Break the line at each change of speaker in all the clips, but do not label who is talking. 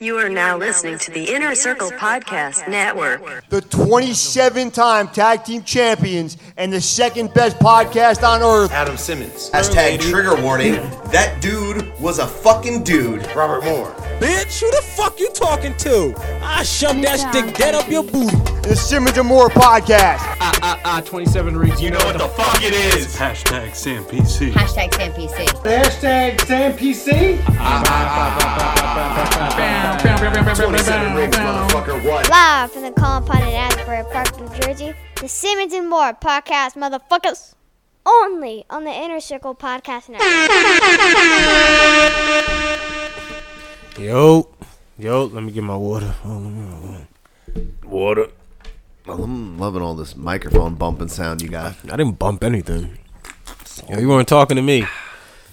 You are now listening to the Inner Circle Podcast Network.
the 27 time tag team champions and the second best podcast on earth.
Adam Simmons.
Hashtag trigger warning. That dude was a fucking dude.
Robert Moore.
Bitch, who the fuck you talking to? I shove that stick dead up your booty.
The Simmons and Moore podcast.
Ah, 27 rigs. You know what the fuck it is.
Hashtag SamPC.
Hashtag Sam PC.
Hashtag Sam PC.
27 rings, motherfucker. What?
Live Ah, from the Colin Pond in Asbury Park, New Jersey, the Simmons and Moore podcast, motherfuckers. Only on the Inner Circle Podcast Network.
Yo, yo, let me get my water. Oh, let me- Water.
I'm loving all this microphone bumping sound you got.
I didn't bump anything. Yo, you weren't talking to me.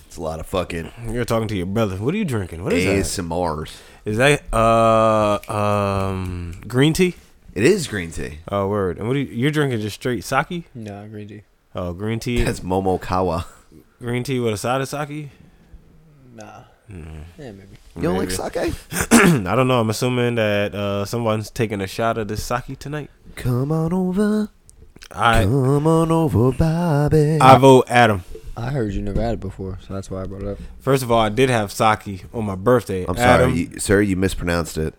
It's a lot of fucking
You were talking to your brother. What are you drinking? What is
ASMRs.
that? Is that uh um green tea?
It is green tea.
Oh word. And what are you, you're drinking? Just straight sake?
Nah, green tea.
Oh, green tea.
That's Momokawa.
green tea with a side of sake.
Nah. Yeah, maybe.
You don't like sake?
Hmm, I don't know. I'm assuming that uh someone's taking a shot of this sake tonight.
Come on over.
I
Come on over, Bobby.
I vote Adam.
I heard you never had it before, so that's why I brought it up.
First of all, I did have sake on my birthday.
I'm
Adam,
sorry, you, sir. You mispronounced it.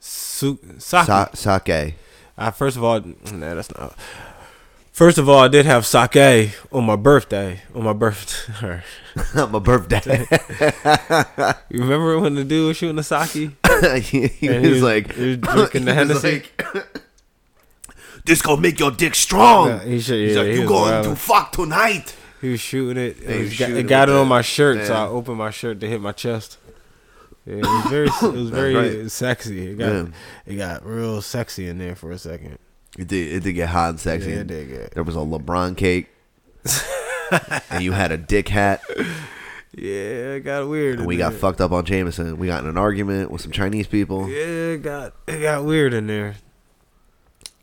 Su- sake.
Sa- sake.
I Uh, first of all, nah, that's not. First of all, I did have sake on my birthday. On my birthday,
Not my birthday.
you remember when the dude was shooting the sake?
he, he
And
was
he was-
like,
he was drinking the
he was
Hennessy?
like, this gonna make your dick strong.
Yeah, he should-
He's
yeah,
like,
he
you
was
going
wild.
to fuck tonight.
He was shooting it. It,
he
was
was
got,
shooting
it got
with
it on
that.
my shirt, so I
Yeah.
opened my shirt to hit my chest. Yeah, it was very, it was very
right.
sexy. It got,
Yeah.
it got real sexy in there for a second.
It did. It did get hot and sexy.
Yeah, it did get-
There was a LeBron cake, and you had a dick hat,
Yeah, it got weird.
and
in
we got
there.
fucked up on Jameson. We got in an argument with some Chinese people.
Yeah, it got it got weird in there.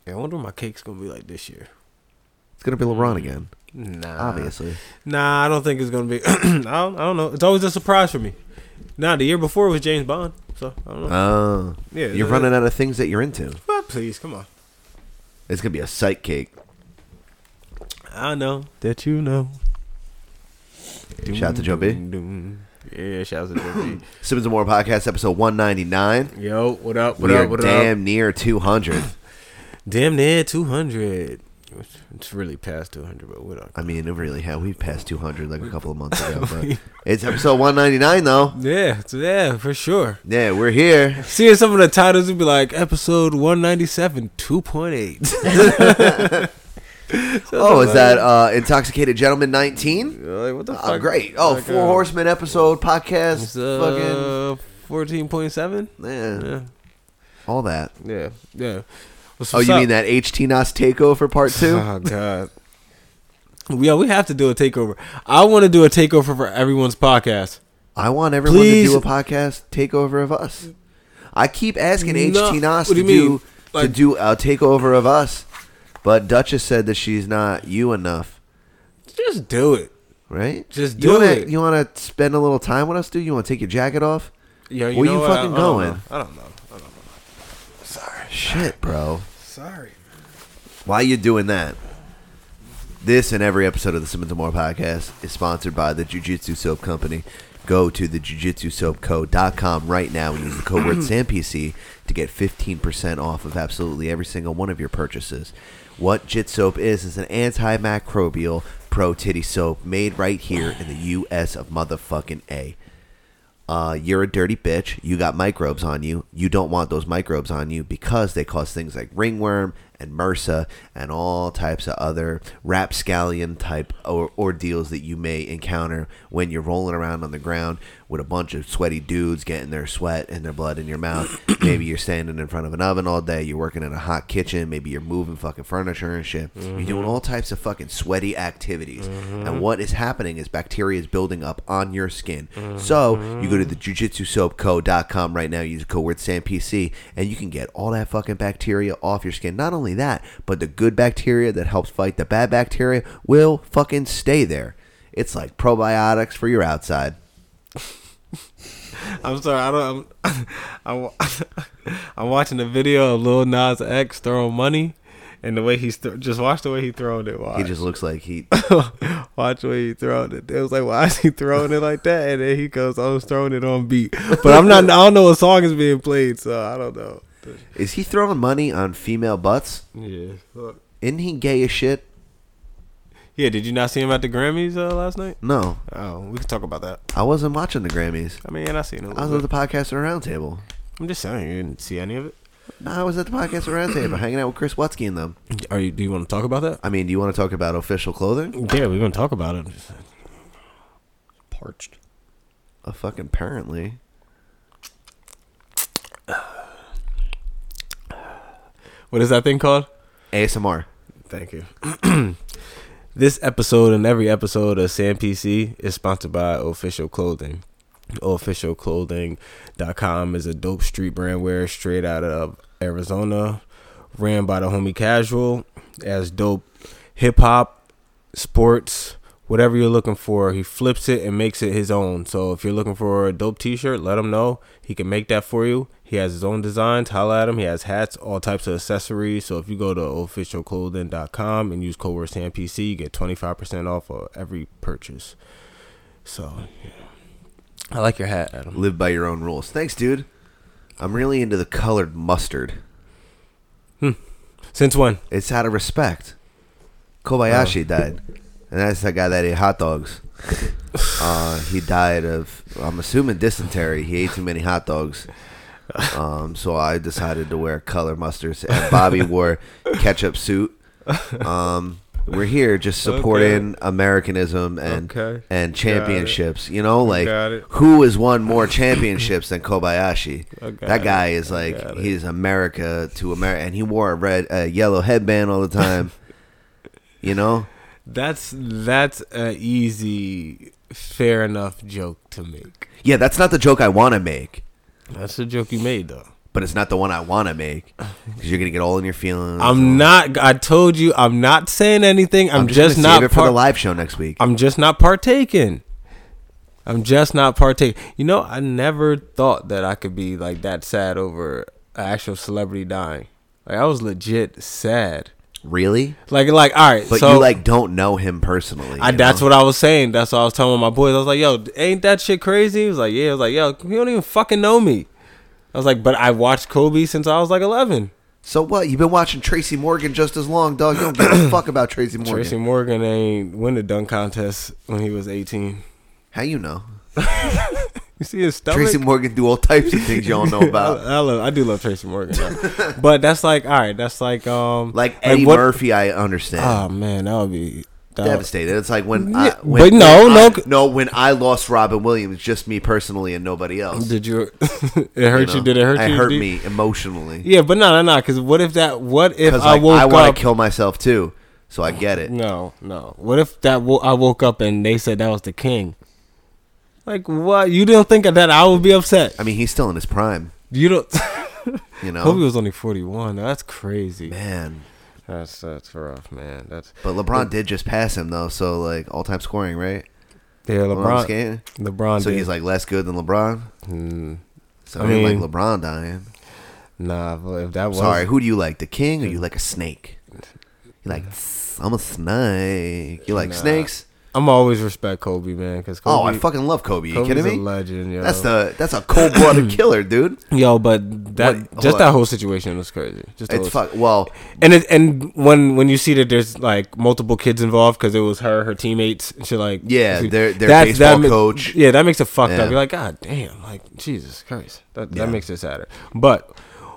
Yeah, I wonder what my cake's gonna be like this year.
It's gonna be LeBron again,
Nah,
obviously.
Nah, I don't think it's gonna be. I don't. I don't know. It's always a surprise for me. Nah, the year before was James Bond, so I don't know.
Oh,
Yeah, uh,
You're
that-
running out of things that you're into.
But please, come on.
It's gonna be a psych cake.
I know that you know.
Shout out to Joe B.
Yeah, shout out to Joe B.
Simmons and More podcast episode 199.
Yo, what up? What
we
up?
are
What
damn
up?
near 200.
Damn near two hundred. It's really past two hundred, but what up?
I mean, it really had. We passed 200 like a couple of months ago, but it's episode 199 though.
Yeah, it's- yeah, for sure.
Yeah, we're here.
Seeing some of the titles would be like episode 197 2.8.
Oh, is that uh, Intoxicated Gentleman 19?
like, what the uh,
Oh, great. Oh, Four Horsemen episode podcast.
It's, uh, 14.7?
fucking. Yeah,
Yeah.
All that.
Yeah. Yeah. What's-
Oh,
what's
you
up?
mean that HT Nas takeover part two?
Oh, God. Yeah, we have to do a takeover. I want to do a takeover for everyone's podcast.
I want everyone
Please.
to do a podcast takeover of us. I keep asking
No,
HT Nas to
what do you
do,
mean? Like-
to do a takeover of us, but Duchess said that she's not you enough.
Just do it.
Right?
Just
you
do
wanna,
it.
You want to spend a little time with us, dude? You want to take your jacket off?
Yo,
Where
know
you
what? I-
fucking
I don't
going?
know. I don't know. I don't know. Sorry.
Shit, bro.
Sorry.
While you're doing that, this and every episode of the Simmons and More podcast is sponsored by the Jiu-Jitsu Soap Company. Go to the jujitsusoapco.com right now and use the code word SAMPC to get 15% off of absolutely every single one of your purchases. What Jit Soap is, is an antimicrobial pro titty soap made right here in the U.S. of motherfucking A. Uh, you're a dirty bitch. You got microbes on you. You don't want those microbes on you because they cause things like ringworm and MRSA and all types of other rapscallion type or ordeals that you may encounter when you're rolling around on the ground with a bunch of sweaty dudes getting their sweat and their blood in your mouth. maybe you're standing in front of an oven all day. You're working in a hot kitchen. Maybe you're moving fucking furniture and shit. You're doing all types of fucking sweaty activities. And what is happening is bacteria is building up on your skin. So you go to the jujitsusoapco.com right now, use the code word SAMPC, and you can get all that fucking bacteria off your skin. Not only that, but the good bacteria that helps fight the bad bacteria will fucking stay there. It's like probiotics for your outside.
I'm sorry, I don't. I'm, I'm, wa- I'm watching a video of Lil Nas X throwing money, and the way he's th- just watch the way he throwing it. Watch.
He just looks like he.
watch the way he throwing it. It was like, why is he throwing it like that? And then he goes, I was throwing it on beat, but I'm not. I don't know what song is being played, so I don't know.
Is he throwing money on female butts?
Yeah.
Isn't he gay as shit?
Yeah. Did you not see him at the Grammys uh, last night?
No,
Oh, we can talk about that.
I wasn't watching the Grammys.
I mean, I seen him.
I was at the podcast at the roundtable.
I'm just saying, you didn't see any of it.
No, I was at the podcast at the roundtable, hanging out with Chris Wutzke and them.
Are you? Do you want to talk about that?
I mean, do you want to talk about official clothing?
Yeah, we're gonna talk about it.
Parched.
Uh, fucking apparently.
What is that thing called?
ASMR.
Thank you. this episode and every episode of Sam PC is sponsored by Official Clothing. OfficialClothing.com is a dope street brand wear straight out of Arizona, ran by the homie Casual. As dope hip hop, sports, whatever you're looking for, he flips it and makes it his own. So if you're looking for a dope T-shirt, let him know. He can make that for you. He has his own designs. Holla at him. He has hats, all types of accessories. So if you go to officialclothing.com and use code word SamPC, you get 25% off of every purchase. So yeah. I like your hat, Adam.
Live by your own rules. Thanks, dude. I'm really into the colored mustard.
Since when?
It's out of respect.
Oh.
Kobayashi died, and that's the guy that ate hot dogs. uh, he died of, I'm assuming dysentery. He ate too many hot dogs. Um, so I decided to wear color mustards, and Bobby wore ketchup suit. Um, we're here just supporting Americanism and
Okay.
and championships. You know, like
Got it.
who has won more championships than Kobayashi? That
it.
guy is like he's America to America, and he wore a red, uh, yellow headband all the time. you know,
That's that's a easy, fair enough joke to make.
yeah, that's not the joke I want to make,
That's the joke you made, though.
but it's not the one I want to make because you're gonna get all in your feelings.
I'm not. I told you, I'm not saying anything. I'm, just,
gonna
not
save it for
par-
the live show next week.
I'm just not partaking. I'm just not partaking. You know, I never thought that I could be like that sad over an actual celebrity dying. Like I was legit sad.
really,
Like, like, all right.
but
so
you like don't know him personally.
I,
you
that's
know?
what I was saying. That's what I was telling my boys. I was like, "Yo, ain't that shit crazy?" He was like, "Yeah." I was like, "Yo, you don't even fucking know me." I was like, "But I watched Kobe since I was like 11."
So what? You've been watching Tracy Morgan just as long, dog. You don't give a fuck about Tracy Morgan.
Tracy Morgan ain't win the dunk contest when he was 18.
How you know?
You see his stomach.
Tracy Morgan do all types of things you don't know about.
I, I love, I do love Tracy Morgan, though. but that's like, all right, that's like, um,
Like Eddie
what-
Murphy, I understand.
Oh man, that would be that would-
Devastated. It's like when, I,
Yeah,
when
but no,
when
no-
I, no, when I lost Robin Williams, just me personally and nobody else.
Did you? it hurt you?
know?
Did it hurt you?
It hurt
Did-
me emotionally.
Yeah, but no, no, no. Because what if that? What if
Because
I
like,
woke
I want
up?
to kill myself too, so I get it.
no, no. What if that? Wo- I woke up and they said that was the king. Like what? You didn't think of that? I would be upset.
I mean, he's still in his prime.
You don't.
You know,
Kobe was only forty one. That's crazy.
man.
That's that's rough, man. That's
But LeBron did just pass him though, so like all time scoring, right?
yeah,
LeBron's
LeBron.
game.
LeBron.
So
did. Hmm.
he's like less good than LeBron. So
I
I mean,
mean-
like LeBron dying.
nah. But if that was
Sorry, who do you like? The king or you like a snake? You like "Tss, I'm a snake. You like snakes?
I'm always respect Kobe, man, because Kobe.
Oh, I fucking love Kobe. You
Kobe's
kidding me?
a legend, yo.
That's the that's a cold blooded killer, dude.
yo, but
What-
that
hold
just
on.
that whole situation was crazy. Just the
It's
whole-
fuck. Well,
And it, and when when you see that there's like multiple kids involved because it was her, her teammates, and she like
Yeah,
she-
their- their
that's-
baseball
ma-
coach.
Yeah, that makes it fucked
Yeah.
up. You're like, God damn, like Jesus Christ, that
Yeah.
that makes it sadder. But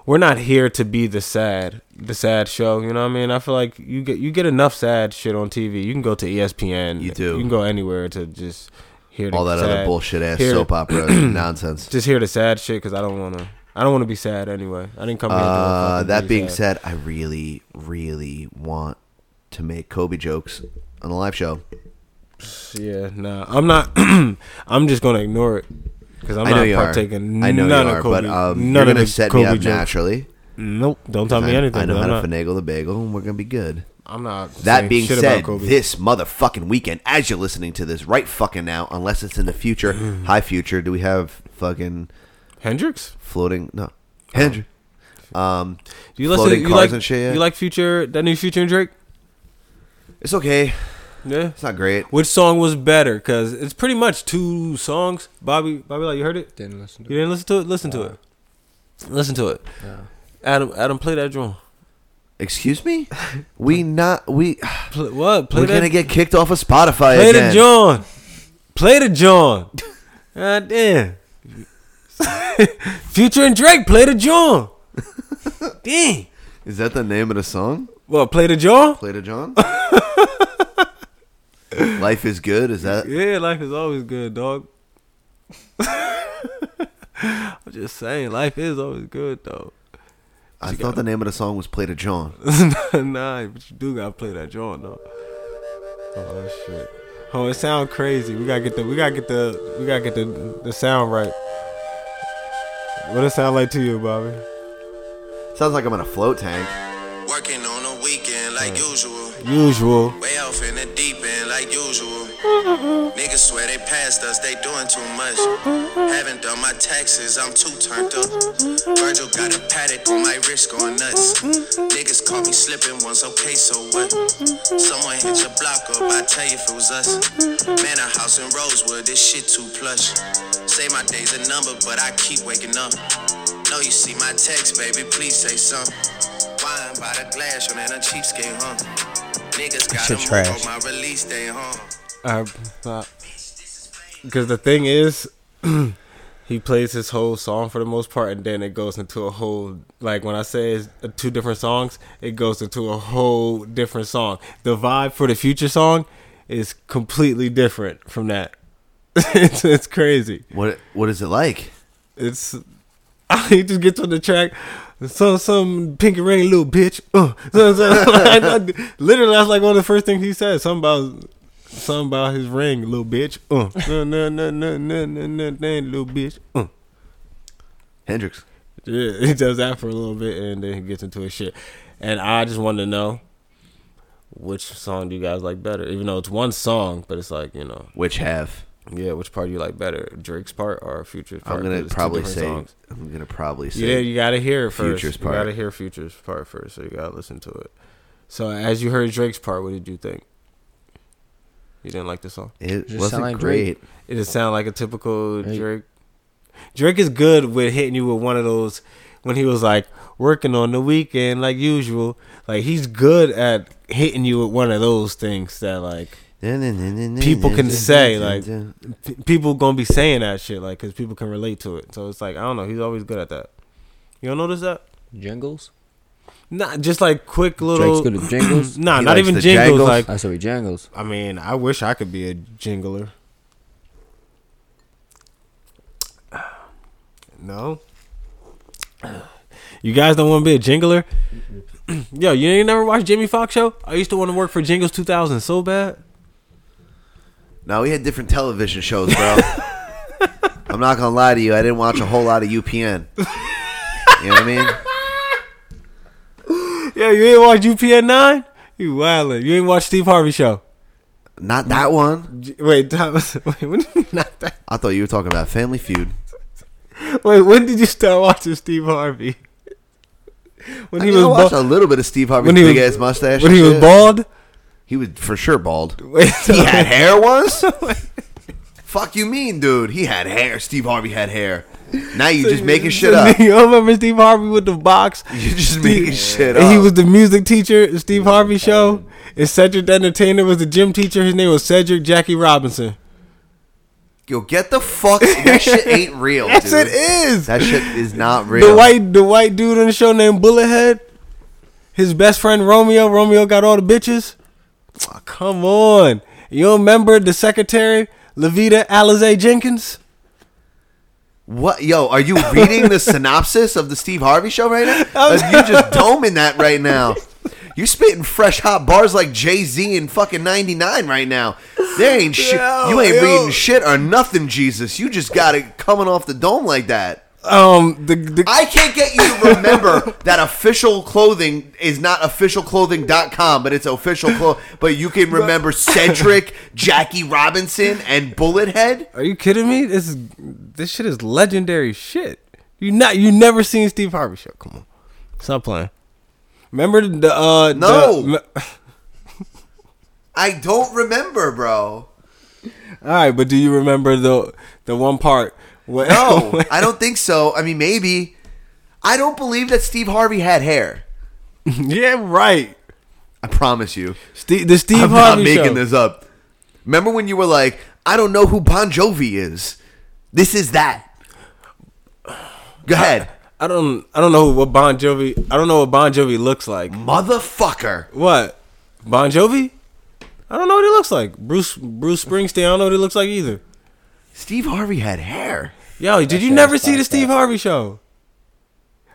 we're not here to be the sad, the sad show. You know what I mean? I feel like you get you get enough sad shit on TV. You can go to E ESPN.
You do.
You can go anywhere to just hear the
all that other
sad-
bullshit ass
hear-
soap opera nonsense.
Just hear the sad shit because I don't want to. I don't want to be sad anyway. I didn't come here. to
Uh,
fucking
that
be
being said,
sad.
I really, really want to make Kobe jokes on the live show.
Yeah, nah. I'm not. I'm just gonna ignore it because I'm
I know
not
you are.
partaking.
I know
none
you
of
are,
Kobe,
but um,
none
you're
of
gonna
the
set
Kobe
me up
jokes.
naturally.
Nope, don't tell me
I-
anything.
I know
but
how
I'm
to
not-
finagle the bagel, and we're gonna be good.
I'm not.
That
saying
being
shit
said,
about Kobe.
this motherfucking weekend, as you're listening to this right fucking now, unless it's in the future, high future, do we have fucking
Hendrix.
floating? No, Andrew. Um,
Do you
Floating
listen? You
cars
like
and shit, yeah.
you like Future? That new Future and Drake?
it's okay.
Yeah.
It's not great.
Which song was better? Cause it's pretty much two songs. Bobby, Bobby, like you heard it.
Didn't listen
You
to it.
didn't listen to it. Listen to it. Listen to it. Adam, Adam, play that drum.
Excuse me. We not we.
Play, what? Play
We're
that.
gonna get kicked off of Spotify
play
again.
the John. Play the John. God damn. Future and Drake play the John. Dang.
Is that the name of the song?
Well, play the John.
Play the John. Life is good. Is that?
Yeah, life is always good, dog. I'm just saying, life is always good, though.
I thought the name of the song was Play to John.
nah, but you do gotta play that joint though. Oh shit. Oh, it sound crazy. We gotta get the we gotta get the we gotta get the the sound right. What it sound like to you, Bobby?
Sounds like I'm in a float tank.
Working on a weekend like usual.
Usual.
Way off in the deep end like usual. Niggas swear they passed us, they doing too much. Haven't done my taxes, I'm too turned up. Virgil got a paddock on my wrist going nuts. Niggas caught me slipping once, okay, so what? Someone hit your block up, I tell you if it was us. Man, a house in Rosewood, this shit too plush. Say my day's a number, but I keep waking up. No, you see my text, baby, please say something. Wine by the glass, on that a cheapskate, huh? Niggas got a
shit
move
trash.
on my release day, huh?
Because the thing is, he plays his whole song for the most part, and then it goes into a whole like when I say it's uh, two different songs, it goes into a whole different song. The vibe for the future song is completely different from that. it's, it's crazy.
What What is it like?
It's he just gets on the track. Some some pink and rain little bitch. Uh, so- so, like, I- literally, that's like one of the first things he said. Something about something about his ring, little bitch. Uh, no no no no no no no no, little bitch. Uh.
Hendrix.
Yeah, he does that for a little bit and then he gets into his shit. And I just wanted to know which song do you guys like better? Even though it's one song, but it's like you know,
Which have?
yeah, which part do you like better, Drake's part or Future's part?
I'm
'Cause
gonna
it's two
probably
different
say.
songs.
I'm gonna probably say.
Yeah, you gotta hear it first.
Future's
You
part.
gotta hear Future's part first, so you gotta listen to it. So as you heard Drake's part, what did you think? You didn't like the song?
It
Just
wasn't
sound like
great.
Drake.
It just sound like a typical
Hey.
Drake. Drake is good with hitting you with one of those when he was like working on the weekend like usual. Like he's good at hitting you with one of those things that like People can say, like- p- people gonna be saying that shit like because people can relate to it. So it's like I don't know. He's always good at that. You don't notice that?
Jingles?
Not just like quick
Drake's
little.
good at jingles?
Nah,
He
not
likes
even
the
jingles.
jangles.
Like
I said he Oh, jangles.
I mean, I wish I could be a jingler. No. You guys don't want to be a jingler? Yo, you ain't never watched Jimmy Fox show? I used to want to work for Jingles 2000 so bad.
No, we had different television shows, bro. I'm not gonna lie to you. I didn't watch a whole lot of UPN. You know what I mean?
Yeah, you ain't watch UPN 9? You wildin'. You ain't watch Steve Harvey show.
Not that one.
J- Wait, Thomas, wait, when did you not that?
I thought you were talking about Family Feud.
Wait, when did you start watching Steve Harvey? When
I
he
mean, I
was
watched
ba-
a little bit of Steve Harvey's
when he was-
big ass mustache.
when
and
he was
shit.
bald?
he was for sure bald.
Wait,
He had hair once. Fuck you mean, dude? He had hair. Steve Harvey had hair. Now you just making shit up.
you remember Steve Harvey with the box?
You're just making shit
And
up.
he was the music teacher, at Steve Harvey show. And Cedric the Entertainer was the gym teacher. His name was Cedric Jackie Robinson.
Yo, get the fuck. That shit ain't real.
Yes,
dude.
it is.
That shit is not real.
The white the white dude on the show named Bullethead. His best friend Romeo. Romeo got all the bitches. Aw, come on. You don't remember the secretary, Levita Alize Jenkins?
What? Yo, are you reading the synopsis of the Steve Harvey show right now? Like, you just doming that right now. You spitting fresh hot bars like Jay Z in fucking '99 right now. There ain't shit.
Yo,
You ain't
yo.
reading shit or nothing, Jesus. You just got it coming off the dome like that.
Um, the, the
I can't get you to remember that official clothing is not officialclothing.com, but it's official clo- But you can remember Cedric, Jackie Robinson, and Bullethead.
are you kidding me? This is this shit is legendary shit. You not you never seen Steve Harvey show? Come on, stop playing. Remember the uh
No.
the- me-
I don't remember, bro.
all right, but do you remember the the one part? When,
No, Oh, I don't think so. I mean, maybe. I don't believe that Steve Harvey had hair.
yeah, right.
I promise you.
Steve, the Steve
I'm not
Harvey
making
show.
this up. Remember when you were like, I don't know who Bon Jovi is. This is that. Go ahead.
I don't I don't know what Bon Jovi. I don't know what Bon Jovi looks like.
Motherfucker.
What? Bon Jovi? I don't know what he looks like. Bruce Bruce Springsteen. I don't know what he looks like either.
Steve Harvey had hair.
Yo, did you never see the Steve Harvey show?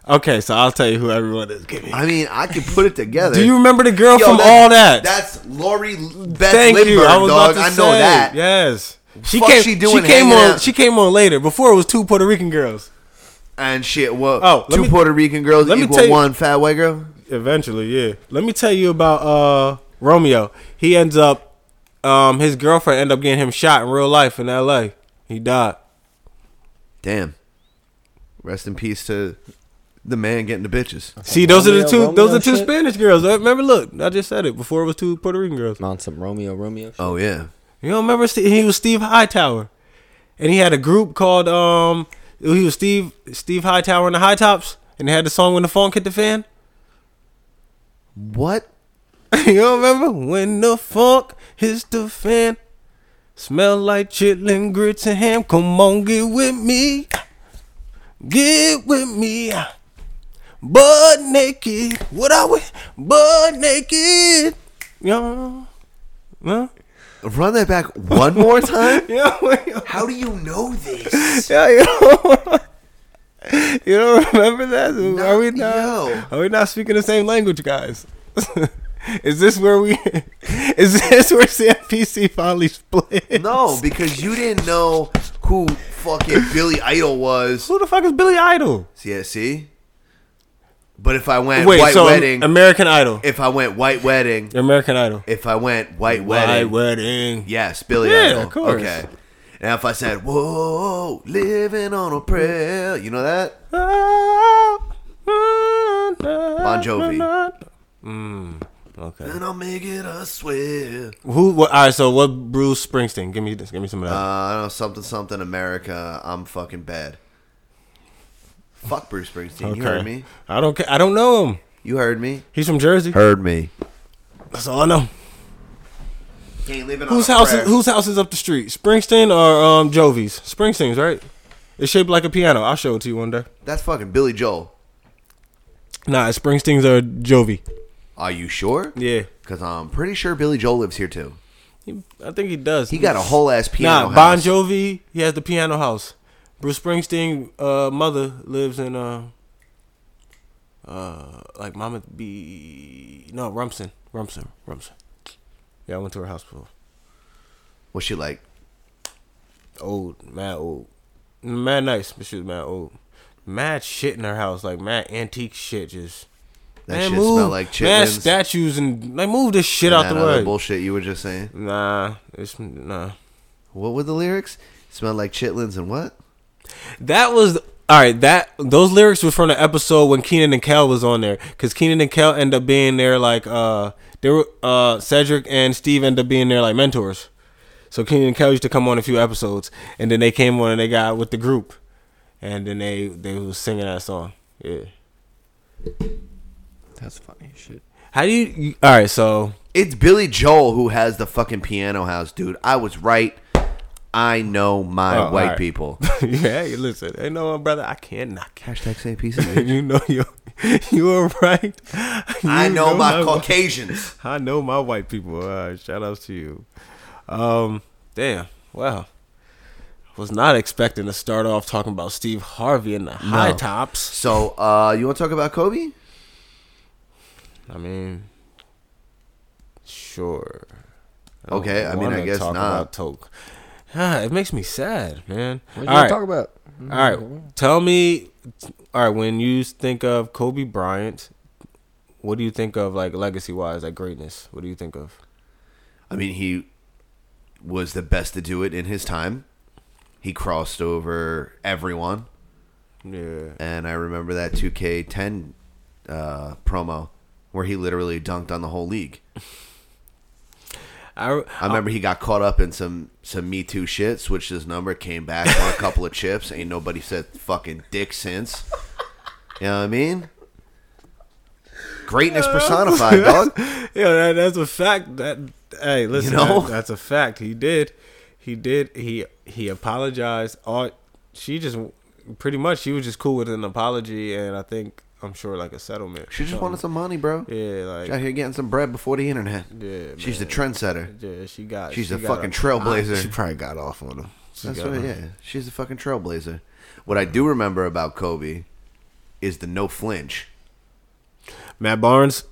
Okay, so I'll tell you who everyone is. Give me.
I mean, I could put it together.
Do you remember the girl
Yo,
from
that's-
All That?
That's Lori L- Beth
Thank
Lindbergh,
you. I was
dog.
about to
I know
say,
that.
Yes. She
Fuck
came.
she
She,
doing
came
hanging
on.
out?
She came on later. Before it was two Puerto Rican girls.
And shit, what?
Oh,
Oh,
let
two
me-
Puerto Rican girls
let me
equal
tell you-
one fat white girl.
Eventually, yeah. Let me tell you about uh Romeo. He ends up. Um, his girlfriend ended up getting him shot in real life in L.A. He died.
Damn. Rest in peace to the man getting the bitches.
See, those are the
Romeo,
two.
Romeo
those are two
shit?
Spanish girls. I remember, look, I just said it before. It was two Puerto Rican girls.
On some Romeo, Romeo. Shit.
Oh yeah.
You don't remember? Steve, he was Steve Hightower, and he had a group called um. He was Steve Steve Hightower and the High Tops, and they had the song "When the Funk Hit the Fan."
What?
you don't remember? When the funk hits the fan, smell like chitlin grits and ham. Come on, get with me, get with me. Butt naked, what I with? Butt naked, yo, no,
Run that back one more time.
yo, yo.
How do you know this?
Yeah, you don't, you don't remember that? are we not?
yo.
Are we not speaking the same language, guys? is this where we? Is this where CFPC finally split?
No, because you didn't know who fucking Billy Idol was.
Who the fuck is Billy Idol?
Yeah, see. But if um, I went
Wait,
white
so um,
wedding,
American Idol.
if I went white wedding,
American Idol.
if I went white
My
wedding,
wedding.
Yes, Billy
Yeah,
Idol.
of course.
Okay. Now, if I said, "Whoa, living on a prayer," you know that
Ah, Bon
Jovi.
Mm, okay.
then I'll make it. I swear.
Who? What, all right. So what? Bruce Springsteen. Give me this. Give me some of that.
Uh, I don't know something, something. America, I'm fucking bad. Fuck Bruce Springsteen. You heard me.
I don't. Ca- I don't know him.
You heard me.
He's from Jersey.
Heard me.
That's all I know.
Can't live in
Whose
on a
house?
prayer.
Is, whose house is up the street? Springsteen or um, Jovi's? Springsteen's, right? It's shaped like a piano. I'll show it to you one day.
That's fucking Billy Joel.
Nah, it's Springsteen's or Jovi.
Are you sure?
Yeah,
Because I'm pretty sure Billy Joel lives here too.
he, I think he does.
He got a whole ass piano.
Nah, Bon
house.
Jovi. He has the piano house. Bruce Springsteen, uh, mother lives in uh, uh, like Mama B. No, Rumson, Rumson, Rumson. Yeah, I went to her house before.
What's she like?
old, mad old, mad nice, but she was mad old. Mad shit in her house, like mad antique shit. Just
That
man,
shit
move,
smell like
mad
chitlins.
statues and like move this shit out
That
the
other
way.
bullshit you were just saying.
nah, it's nah.
What were the lyrics? Smell like chitlins and what?
That was all right. That those lyrics was from the episode when Keenan and Kel was on there, because Keenan and Kel end up being there like uh they were uh Cedric and Steve end up being there like mentors. So Keenan and Kel used to come on a few episodes, and then they came on and they got with the group, and then they they was singing that song. Yeah.
That's funny shit.
How do you, you all right? So
It's Billy Joel who has the fucking piano house, dude. I was right. I know my
Oh,
white
alright.
people.
yeah, you listen. Ain't no one, brother. I can't knock you.
Hashtag say peace. and love.
You know you you are right.
I
You
know my
whi-
Caucasians.
I know my white people. Uh, shout outs to you. Um, damn. Wow. Was not expecting to start off talking about Steve Harvey and the high tops.
So, uh, you want to talk about Kobe?
I mean, sure.
Okay, I mean,
wanna
I guess
talk
not.
About Toke. Ah, it makes me sad, man.
What
All right.
talk about?
All right. Tell me, all right, when you think of Kobe Bryant, what do you think of, like, legacy wise, like greatness? What do you think of?
I mean, he was the best to do it in his time. He crossed over everyone,
Yeah.
and I remember that 2K10 uh, promo where he literally dunked on the whole league.
I,
I remember he got caught up in some some Me Too shit, switched his number, came back, won a couple of chips. Ain't nobody said fucking dick since. You know what I mean? Greatness personified, dog.
Yeah, that, that's a fact. That hey, listen,
know?
that- that's a fact. He did, he did, he he apologized. All she just pretty much she was just cool with an apology, and I think I'm sure like a settlement.
She just
So,
wanted some money, bro.
yeah, like
She out here getting some bread before the internet.
Yeah,
She's the trendsetter.
yeah, she got.
She's
she
a
got
fucking trailblazer.
She probably got off on him. She
That's
got
what,
off.
yeah. She's a fucking trailblazer. What I do remember about Kobe is the no flinch.
Matt Barnes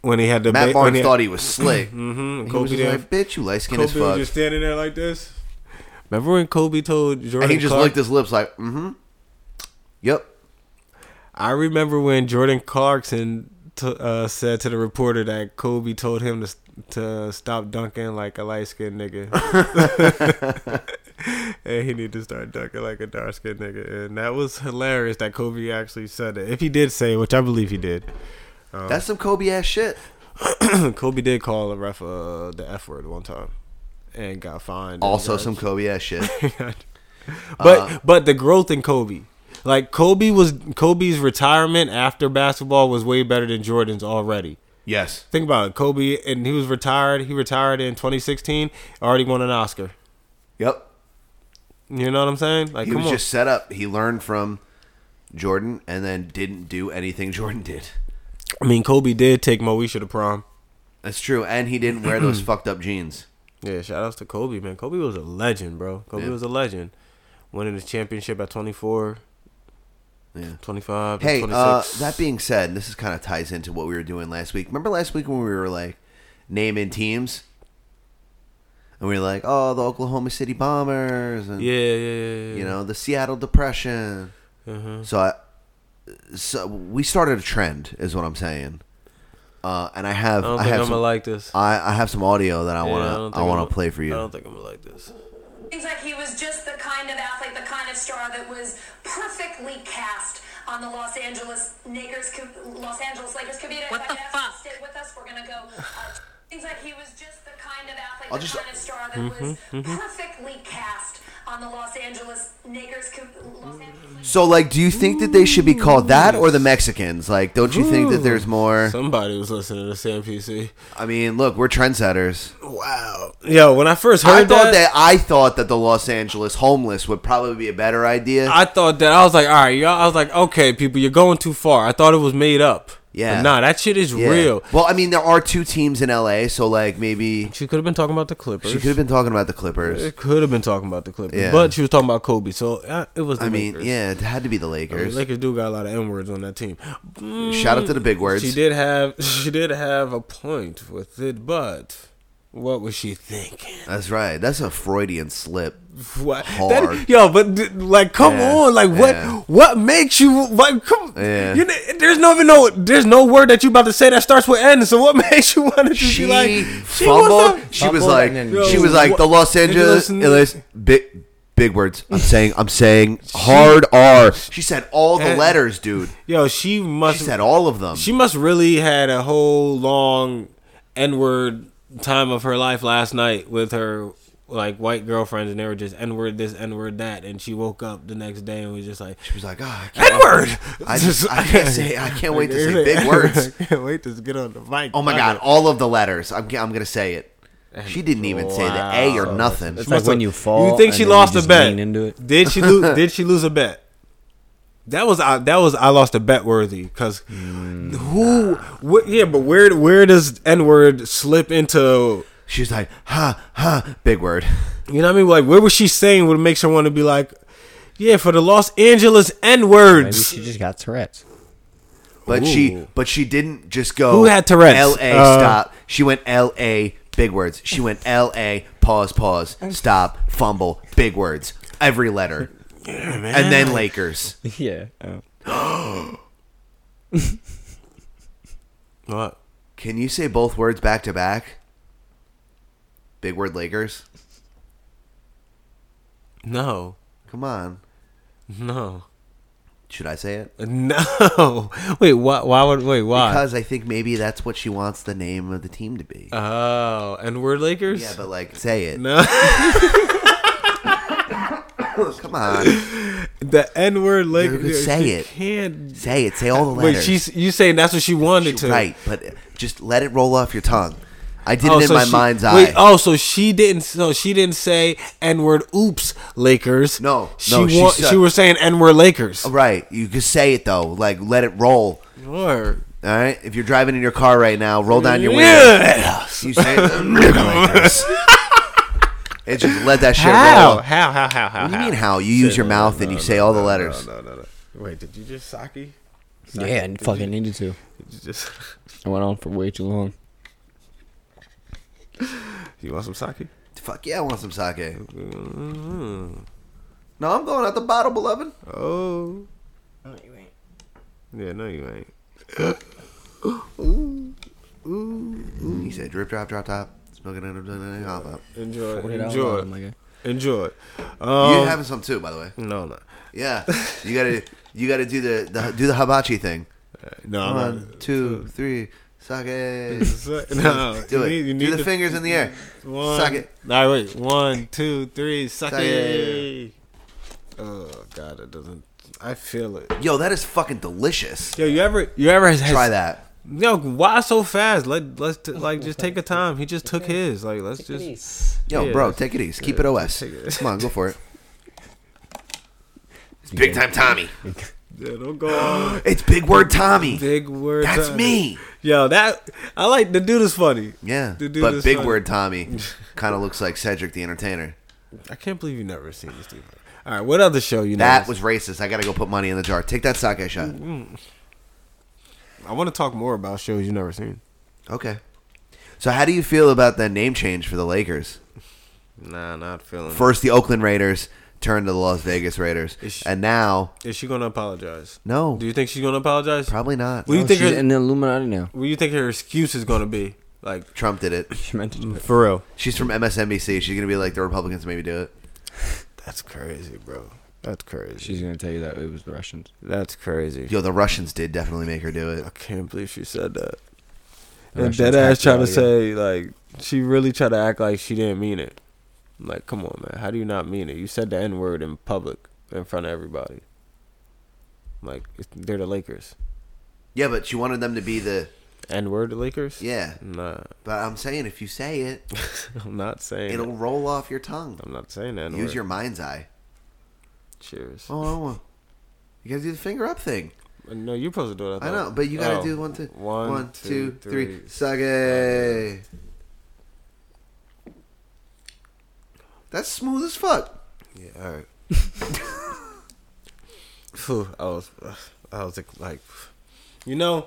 when he had the
Matt
ba-
Barnes
when he-
thought he was slick. mm-hmm.
Kobe
He was just
there.
like, bitch, you light skinned as
Kobe was
fuck.
just standing there like this. Remember when Kobe told Jordan?
and he just
Clark-
licked his lips like, mm-hmm. Yep.
I remember when Jordan Clarkson t- uh, said to the reporter that Kobe told him to s- to stop dunking like a light skinned nigga, and he need to start dunking like a dark skinned nigga. And that was hilarious that Kobe actually said it. If he did say it, which I believe he did, Oh.
That's some Kobe ass shit.
Kobe did call a ref uh, the F word one time and got fined. and
Also
judged.
some uh, Kobe ass shit.
but but the growth in Kobe. Like Kobe was Kobe's retirement after basketball was way better than Jordan's already.
yes.
Think about it. Kobe, and he was retired. He retired in 2016. Already won an Oscar.
Yep.
You know what I'm saying? Like,
He
come
was
on.
just set up. He learned from Jordan and then didn't do anything Jordan did.
I mean, Kobe did take Moesha to prom.
That's true. And he didn't wear those fucked up jeans.
Yeah, shout outs to Kobe, man. Kobe was a legend, bro. Kobe
Yeah.
was a legend. Winning the championship at 24,
Yeah.
25,
Hey,
26.
uh, that being said, and this is kind of ties into what we were doing last week. Remember last week when we were like naming teams, and we were like, "Oh, the Oklahoma City Bombers," and
yeah, yeah, yeah, yeah.
you know, the Seattle Depression.
Uh-huh.
So, I, so we started a trend, is what I'm saying. Uh, and I have,
I don't
I
think
have
I'm
some,
gonna like this.
I, I have some audio that I
Yeah,
wanna,
don't
I
think
wanna
I'm-
play for
I
you.
don't think I'm gonna like this.
seems like he was just the kind of athlete, the kind of star that was perfectly cast on the Los Angeles Lakers, Los Angeles Lakers. Kavita,
What
if
the
I could ask you
fuck?
to stay with us, we're gonna go. Uh, seems like he was just the kind of athlete,
I'll
the
just-
kind of star that
Mm-hmm,
was perfectly cast on the Los Angeles Lakers, Los Angeles.
So, like, do you think that they should be called that or the Mexicans? Like, don't you think that there's more?
Somebody was listening to Sam PC.
I mean, look, we're trendsetters.
Wow. Yo, when I first
I
heard
thought that I thought that the Los Angeles homeless would probably be a better idea.
I thought that I was like, all right, y'all. I was like, okay, people, you're going too far. I thought it was made up.
Yeah.
but nah, that shit is
Yeah.
real.
Well, I mean, there are two teams in LA, so like maybe
She could have been talking about the Clippers.
she could have been talking about the Clippers.
It could have been talking about the Clippers,
Yeah.
but she was talking about Kobe. So uh, it was. The
I mean,
Lakers.
yeah, it had to be the
I mean,
Lakers.
Lakers do got a lot of N words on that team. Mm,
Shout out to the big words.
She did have. She did have a point with it, but what was she thinking?
That's right. That's a Freudian slip.
What?
Hard.
That, yo, but d- like, come
Yeah,
on, like, what?
yeah.
What makes you like? Come,
Yeah.
you, kn- there's no even no, there's no word that you about to say that starts with N. So what makes you want to just
She
be like? She
fumbled.
wants to-
She was
Fumbled
like,
and
then-
she was like the Los Angeles,
Angeles-
big, big words. I'm saying, I'm saying hard R. She said all the letters, dude.
yo, she
She
must.
said all of them.
She must really had a whole long N word time of her life last night with her like white girlfriends, and they were just N word this, N word that, and she woke up the next day and was just like.
She was like, oh,
N word.
I just I can't say I can't wait to say big words.
I can't wait to get on the mic.
Oh my
Fuck
god,
it.
all of the letters. I'm g- I'm gonna say it. She didn't even say the A or nothing.
It's like when you fall.
You think
and
she
then you
lost a
just
bet?
lean Into it.
Did she lose? did she lose a bet? That was I. That was I lost a bet worthy because
Mm.
who? What, yeah, but where where does N word slip into?
She's like, ha ha, big word.
You know what I mean? Like where was she saying what makes her want to be like? Yeah, for the Los Angeles N words.
Maybe she just got Tourette's.
But she
Ooh.
but she didn't just go.
Who had Tourette's?
L A
Uh,
stop. She went L A big words. She went L A pause, pause, stop, fumble, big words, every letter, and then Lakers.
yeah. Oh.
What?
Can you say both words back to back? Big word Lakers.
No.
Come on.
No.
Should I say it?
No. Wait, why why would wait, why?
Because I think maybe that's what she wants the name of the team to be.
oh, and we're Lakers?
yeah, but like, say it.
No.
Come on.
the N word Lakers.
could say
You
it.
Can't.
Say it. Say all the letters.
Wait, she's you saying that's what she wanted to?
right, but just let it roll off your tongue. I did
Oh,
it in
so
my
she-
mind's
Wait,
eye.
oh, so she didn't. So she didn't say N word. Oops, Lakers.
No,
she
no, she
wa-
said-
she was saying N word Lakers.
Right, you could say it though. Like let it roll.
Word.
All right, if you're driving in your car right now, roll down your window.
Yeah.
You say it. and just let that shit roll.
How?
off.
How? How? How? How?
What do you mean how? You use your mouth and you say all the letters.
No, no, no. Wait, did you just sake?
Yeah, I fucking needed to.
Did you just?
I went on for way too long.
You want some sake?
Fuck yeah, I want some sake. Mm-hmm. No, I'm going out the bottle, beloved.
Oh. No, you ain't. Yeah, no, you ain't.
He said, drip, drop, drop, top. Smoking it, drip, drip, drip, hop up.
Enjoy.
$40
Enjoy.
my guy.
Enjoy.
You're
Um,
having some too, by the way.
no, no.
Yeah, you gotta you gotta do the, the do the hibachi thing.
No, I'm not.
One, two, three, sake.
No,
do
you
it.
need- you
do
need
the,
to-
fingers in the air.
One.
Suck it.
All right, wait. One, two, three. Suck,
Suck
it. Oh God, it doesn't. I feel it.
Yo, that is fucking delicious.
Yo, you ever, you ever has, has-
Try that.
Yo, why so fast? Let let's t- like just take a time. He just took his. Like let's just.
Yo,
Yeah,
bro,
that's-
take it easy. Keep it OS.
take it.
Come on, go for it. It's big time Tommy.
Yeah, don't go. on.
It's big word Tommy.
Big word.
That's
time.
me.
Yo, that I like. The dude is funny.
Yeah,
The dude
but
is
big
funny.
word Tommy kind of looks like Cedric the Entertainer.
I can't believe you never seen this dude. All right, what other show you know?
That was racist. I gotta go put money in the jar. Take that sake shot.
Mm-hmm. I want to talk more about shows you never seen.
Okay. So how do you feel about that name change for the Lakers?
Nah, not feeling. it.
First the Oakland Raiders turned to the Las Vegas Raiders,
Is she-
and now
Is she gonna apologize?
no,
Do you think she's gonna apologize?
probably not.
What do you
Oh,
think?
she's
Her,
in the Illuminati now.
what do you think her excuse is gonna be? Like
Trump did it.
She meant to do it.
Mm, for real?
She's from MSNBC. She's gonna be like the Republicans maybe do it.
That's crazy, bro. That's crazy.
She's gonna tell you that it was the Russians.
That's crazy.
Yo, the Russians did definitely make her do it.
I can't believe she said that.
The
And
Russians
dead ass
hacked
trying
it
to
all
say like she really tried to act like she didn't mean it. I'm like, come on, man. How do you not mean it? You said the n word in public in front of everybody. I'm Like it's- they're the Lakers.
Yeah, but she wanted them to be the
N word the Lakers.
yeah.
Nah,
But I'm saying if you say it,
I'm not saying.
it'll
It'll.
roll off your tongue.
I'm not saying that.
Use your mind's eye.
cheers.
Oh, oh, oh. you gotta do the finger up thing.
No, you're supposed to do it.
I know, but you gotta
Oh.
do one, two,
One,
one, two,
two,
three.
three.
Sake. That's smooth as fuck.
Yeah, all right. Phew, I was, I was like, like, you know,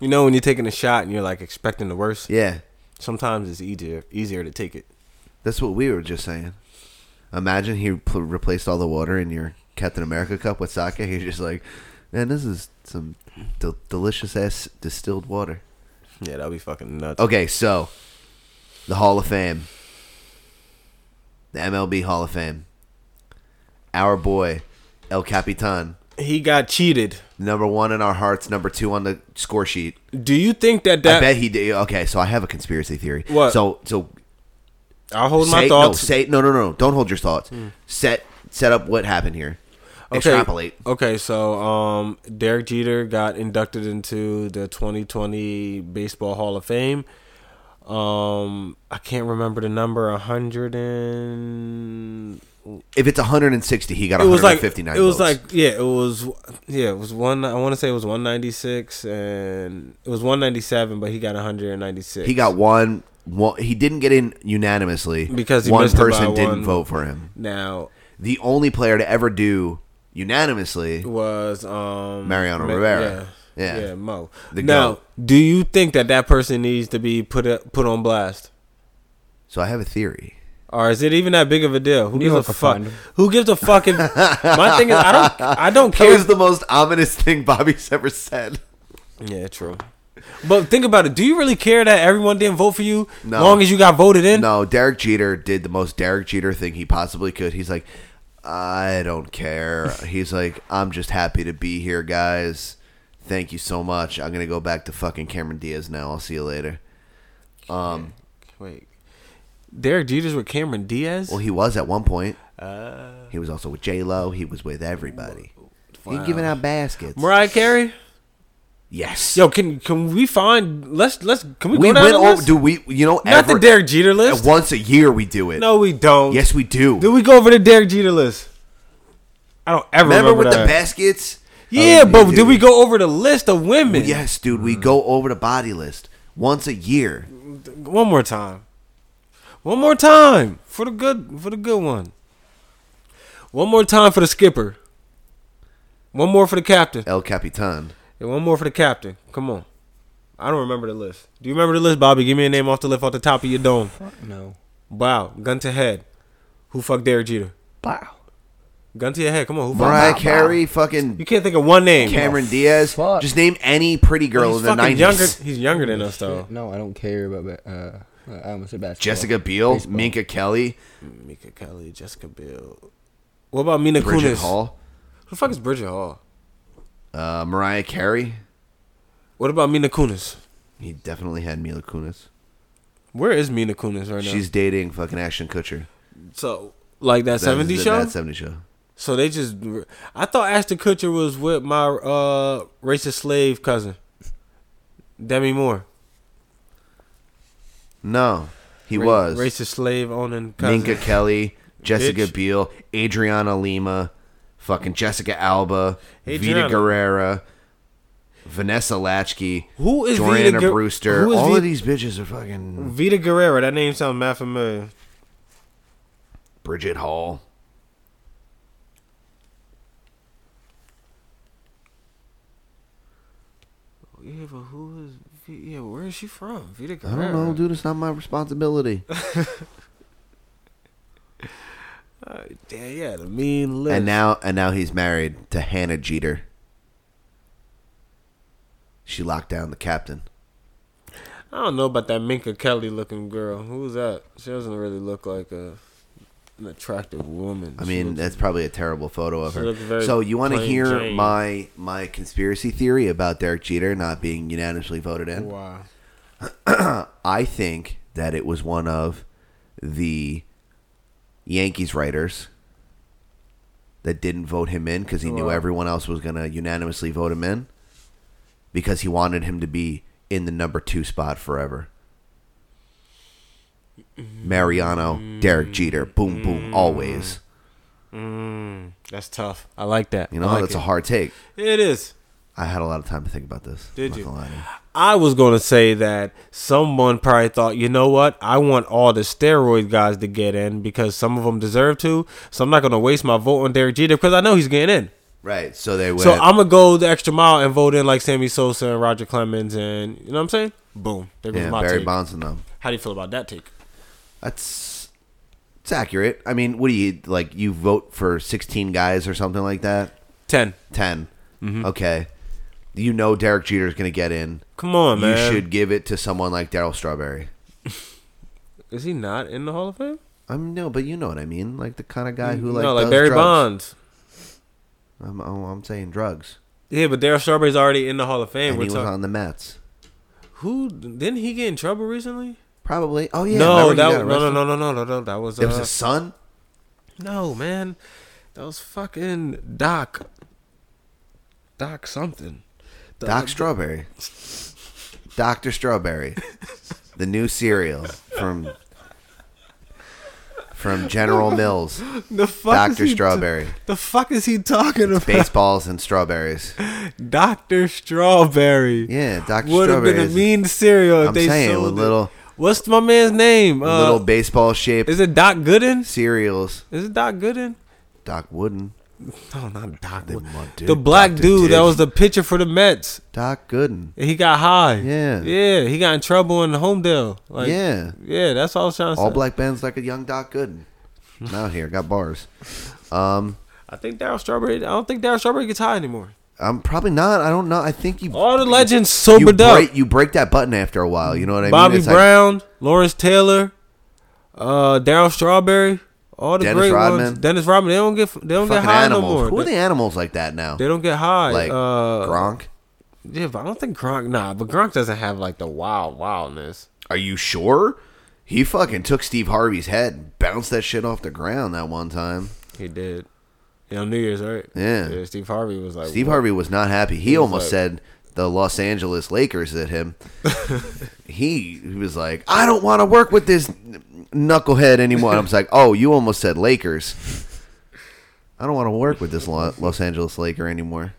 you know when you're taking a shot and you're like expecting the worst.
Yeah,
Sometimes it's easier, easier to take it.
that's what we were just saying. Imagine he pl- replaced all the water in your Captain America cup with sake. He's just like, man, this is some del- delicious ass distilled water.
Yeah, that'd be fucking nuts.
Okay, so the Hall of Fame, the MLB Hall of Fame, our boy El Capitan.
He got cheated.
number one in our hearts, number two on the score sheet.
Do you think that that?
I bet he did. Okay, so I have a conspiracy theory.
What?
So so
will hold
say
my
no.
thoughts. Hmm.
Say no, no, no. Don't hold your thoughts. Set set up what happened here. Extrapolate.
Okay, so um, Derek Jeter got inducted into the 2020 Baseball Hall of Fame. Um, I can't remember the number. A hundred and
If it's 160, he got
it was like
159.
it was
votes.
like yeah it was yeah it was one i want to say it was 196 and it was 197 but he got 196
he got one. one he didn't get in unanimously
Because he
one
missed it
person
by
didn't
one.
vote for him.
now
The only player to ever do unanimously.
was um
Mariano Rivera.
yeah
Yeah.
yeah mo
The
now
GOAT.
do you think that that person needs to be put put on blast
So I have a theory.
Or is it even that big of a deal? Who gives
Neither
a
can
fuck?
find 'em.
Who gives a fucking? My thing is, I don't, I don't
That
care.
was the most ominous thing Bobby's ever said.
yeah, true. But think about it. Do you really care that everyone didn't vote for you?
No.
Long as you got voted in.
No, Derek Jeter did the most Derek Jeter thing he possibly could. He's like, I don't care. He's like, I'm just happy to be here, guys. Thank you so much. I'm gonna go back to fucking Cameron Diaz now. I'll see you later.
Wait, Derek Jeter's with Cameron Diaz.
Well, he was at one point.
Uh,
he was also with J Lo. He was with everybody. He giving out baskets.
Mariah Carey.
Yes.
Yo, can can we find? Let's let's can we,
we
go down
went
the
over.
list?
Do we? You know,
Not the
every-
Derek Jeter list.
Once a year we do it.
No, we don't.
Yes, we do.
Did we go over the Derek Jeter list? I don't ever remember,
Remember, with
that.
the baskets?
Yeah,
Oh,
but
dude.
did we go over the list of women?
Yes, dude. We go over the body list once a year.
One more time. One more time for the good for the good one. One more time for the skipper. One more for the captain.
El Capitan.
And one more for the captain. Come on. I don't remember the list. Do you remember the list, Bobby? Give me a name off the list off the top of your dome.
No.
Wow. Gun to head. Who fucked Derek Jeter?
Wow.
Gun to your head. Come on. Who
Mariah
fucked?
Carey, fucking
You can't think of one name.
Cameron Diaz.
Fuck.
Just name any pretty girl
He's
in the
fucking
nineties.
younger. He's younger than us though.
No, I don't care about. ba- Uh, I almost said basketball.
Jessica Biel,
Baseball.
Minka Kelly,
Mika Kelly, Jessica Biel. What about Mina
Bridget
Kunis?
Hall,
Who the fuck is Bridget Hall?
uh, Mariah Carey.
What about Mina Kunis?
He definitely had Mila Kunis.
Where is Mina Kunis right now?
She's dating fucking Ashton Kutcher.
so like that seventy show.
That seventy show.
so they just. I thought Ashton Kutcher was with my uh racist slave cousin, Demi Moore.
No, he was
racist slave owning cousin.
Minka Kelly, Jessica
Bitch.
Biel, Adriana Lima, fucking Jessica Alba,
Adriana.
Vita Guerrera, Vanessa Latchkey,
Who is
Joanna
Vita Guer-
Brewster.
who is
All
Vita-
of these bitches are fucking
Vita Guerrera. That name sounds mad familiar.
Bridget Hall.
Yeah, but who is? Yeah, where is she from? Vita
I don't know, dude. It's not my responsibility.
Yeah, yeah, the mean list.
and now, and now he's married to Hannah Jeter. She locked down the captain.
I don't know about that Minka Kelly looking girl. Who's that? She doesn't really look like a an attractive woman.
I
She
mean,
looks-
that's probably a terrible photo of
She
her.
looks very
So you want to
plain
hear
Jane.
my my conspiracy theory about Derek Jeter not being unanimously voted in?
wow.
I think that it was one of the Yankees writers that didn't vote him in because he knew
Wow.
everyone else was going to unanimously vote him in because he wanted him to be in the number two spot forever. Mariano, Derek Jeter, boom, boom,
Mm.
always.
Hmm, That's tough. I like that.
You know,
I like
that's
it.
a hard take.
It is.
I had a lot of time to think about this.
Did
not
you?
gonna lie to
I was gonna say that someone probably thought, you know what? I want all the steroid guys to get in because some of them deserve to. So I'm not gonna waste my vote on Derek Jeter because I know he's getting in.
Right. So they went.
So I'm gonna go the extra mile and vote in like Sammy Sosa and Roger Clemens and you know what I'm saying? Boom. There goes
yeah,
my
Barry
take.
Bonds and them.
How do you feel about that take?
That's it's accurate. I mean, what do you like? You vote for sixteen guys or something like that.
Ten.
10
Mm-hmm.
Okay, you know Derek Jeter's gonna get in.
Come on, man.
You should give it to someone like Daryl Strawberry.
Is he not in the Hall of Fame?
I mean, Um, no, but you know what I mean, like the kind of guy who like
no, like
does
Barry
drugs.
Bonds.
I'm, oh, I'm saying drugs,
Yeah, but Daryl Strawberry's already in the Hall of Fame.
and
We're
he was
talking-
on the Mets.
who didn't he get in trouble recently?
Probably. Oh yeah.
no,
remember
that
he
no,
got
no,
arrested?
no, no, no, no, no, that was, uh,
It was his son.
no man. That was fucking Doc. Doc something. The-
Doc Strawberry. Dr. Strawberry. the new cereal from from General Mills.
the fuck is
Dr.
he ta-
Strawberry.
the fuck is he talking about?
Baseballs and strawberries.
Doctor Strawberry.
Yeah, Dr.
Would have
Strawberry.
been a
is
mean cereal if
I'm
they
saying,
sold
with
it.
little-
What's my man's name? Uh,
little baseball shaped
is it Doc Gooden?
cereals.
Is it Doc Gooden?
Doc Wooden.
no, not Doc.
They
Wo-
want-
the
dude,
black
Dr.
dude that
Dish.
was the pitcher for the Mets.
Doc Gooden.
And He got high.
Yeah.
yeah. He got in trouble in Homedale. Like,
Yeah.
yeah. That's all I was trying to
All
say.
black bands like a young Doc Gooden. I'm out here, got bars. Um,
I think Daryl Strawberry. I don't think Daryl Strawberry gets high anymore.
I'm probably not. I don't know. I think you
All the
you-
legends
you
sobered Oh, up.
break, you break that button after a while. You know what I
Bobby
mean? It's like
Brown, Lawrence Taylor, uh, Daryl Strawberry, all the
Dennis
great
Rodman.
ones. Dennis Rodman. They don't get they don't get
fucking
high
animals.
no more.
Who are
they,
the animals like that now?
they don't get high.
like
uh,
Gronk.
Yeah, but I don't think Gronk. Nah, but Gronk doesn't have like the wild wildness.
Are you sure? He fucking took Steve Harvey's head and bounced that shit off the ground that one time.
He did. Yeah, on New Year's, right?
Yeah.
Steve Harvey was like
Steve
"What?"
Harvey was not happy. He,
was
almost
like-
said the Los Angeles Lakers at him. he, he was like, I don't want to work with this knucklehead anymore. And I was like, oh, you almost said Lakers. I don't want to work with this Lo- Los Angeles Laker anymore.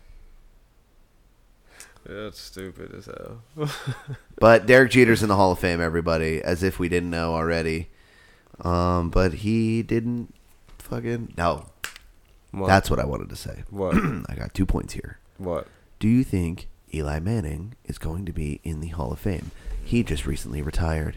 That's stupid as hell.
But Derek Jeter's in the Hall of Fame, everybody, as if we didn't know already. Um, but he didn't fucking. No,
What?
that's what I wanted to say.
what?
I got two points here.
what?
Do you think Eli Manning is going to be in the Hall of Fame? He just recently retired.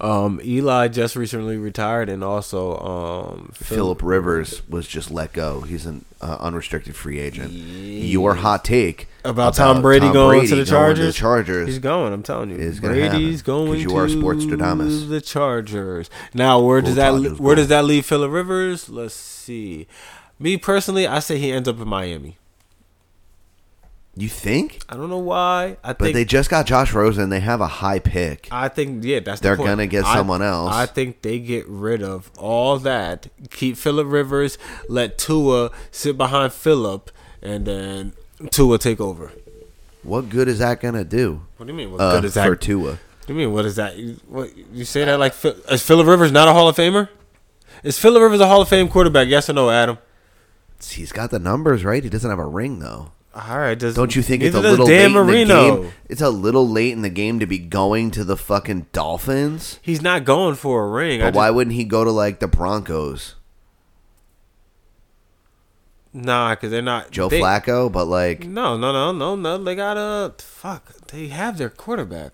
Um, Eli just recently retired, and also um,
Philip Rivers was just let go. He's an uh, unrestricted free agent. Your hot take
about, Tom Brady going to the
going
Chargers.
Chargers.
He's going. I'm telling you,
is gonna
Brady's
happen, 'cause
going.
you are
to
Sportstradamus.
The Chargers. Now, where does
Go
that
Chargers,
where
go.
does that leave Philip Rivers? Let's see. Me personally, I say he ends up in Miami.
you think?
I don't know why. I
But
think
they just got Josh Rosen. They have a high pick.
I think yeah, that's
They're
the point.
gonna get
I-
someone else.
I think they get rid of all that. Keep Philip Rivers, let Tua sit behind Philip, and then Tua take over.
What good is that gonna do?
What do you mean? What
Uh,
good is that?
for Tua?
What do you mean? What is that? You- What you say that like Phil- is Philip Rivers not a Hall of Famer? Is Philip Rivers a Hall of Fame quarterback? Yes or no, Adam?
He's got the numbers right. He doesn't have a ring though.
All right. Does,
Don't you think it's a
neither does
little late
Dan
in the game? It's a little late in the game to be going to the fucking Dolphins.
He's not going for a ring.
But
I just-
why wouldn't he go to like the Broncos?
Nah, because they're not
Joe
they-
Flacco, but like
No, no, no, no, no. They got a fuck. They have their quarterback.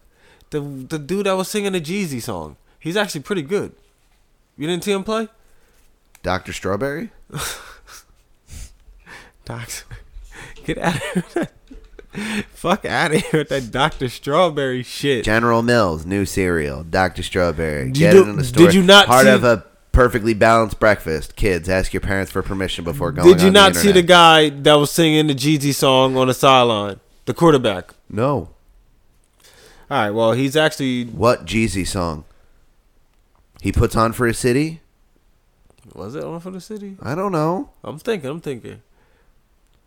The the dude that was singing the Jeezy song. He's actually pretty good. You didn't see him play?
Dr. Strawberry?
Docs, get out of here. Fuck out of here with that Dr. Strawberry shit.
General Mills, new cereal, Dr. Strawberry.
Did
Get
you
it
do-
in the store.
did you not
part
see-
of a perfectly balanced breakfast? Kids, ask your parents for permission before going.
Did you
on
not
the
see the
internet.
guy that was singing the Jeezy song on the sideline? The quarterback.
No.
All right, well, he's actually
What Jeezy song? He puts on for his city?
was it on for the city?
I don't know.
I'm thinking, I'm thinking.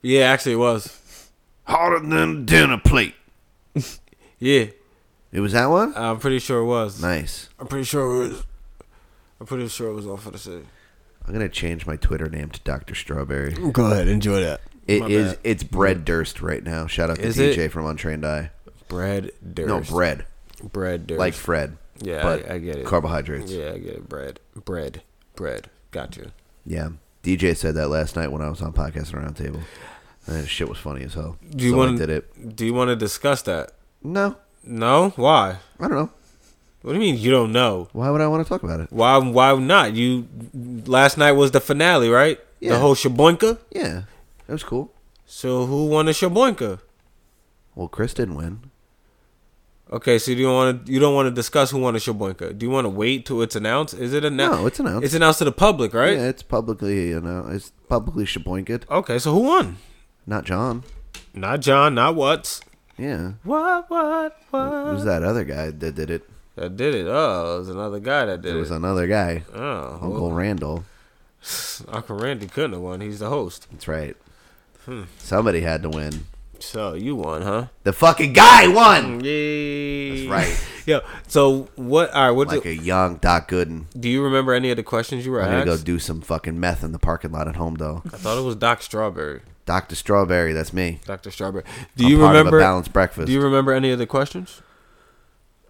Yeah, actually it was.
Harder than a dinner plate.
Yeah,
It was that one?
I'm pretty sure it was.
Nice.
I'm pretty sure it was. I'm pretty sure it was on for the city.
I'm gonna change my Twitter name to Dr. Strawberry.
Go ahead, enjoy that.
It
My
is.
bad.
It's Bread Durst right now. Shout out to
Is
DJ
it?
from Untrained Eye.
Bread Durst.
No, bread
Bread Durst.
like Fred.
Yeah, I- I get it.
Carbohydrates. Yeah.
Yeah, I get it. Bread. Bread. Bread. Gotcha.
DJ said that last night when I was on podcasting roundtable. And that shit was funny as hell.
Do you
so
want
I did it?
Do you want to discuss that?
No,
No? Why?
I don't know.
What do you mean you don't know?
Why would I want to talk about it?
Why? Why not? You last night was the finale, right?
Yeah.
The whole Shaboinka.
Yeah, that was cool.
So who won the Shaboinka?
Well, Chris didn't win.
Okay, so you don't want to you don't want to discuss who won the Shaboinka. Do you want to wait till it's announced? Is it announced?
No, it's announced.
It's announced to the public, right?
Yeah, it's publicly, you know, it's publicly shaboinket.
Okay, so who won?
Not John.
Not John. Not Watts.
Yeah,
What? What?
it
What?
was that other guy that did it.
That did it. Oh, it was another guy that did
It
it.
was another guy,
oh,
Uncle Randall.
Uncle Randy couldn't have won. He's the host.
That's right.
Hmm.
Somebody had to win.
So you won, huh?
The fucking guy won.
Yay!
Right.
Yo. So what? All right. What
like
do,
a young Doc Gooden.
do you remember? Any of the questions you were
I'm
asked?
gonna go do some fucking meth in the parking lot at home though.
I thought it was Doc Strawberry.
Dr. Strawberry, that's me.
Dr. Strawberry. Do
I'm
you
part of a
remember
balanced breakfast. Uh,
Do you remember any of the questions?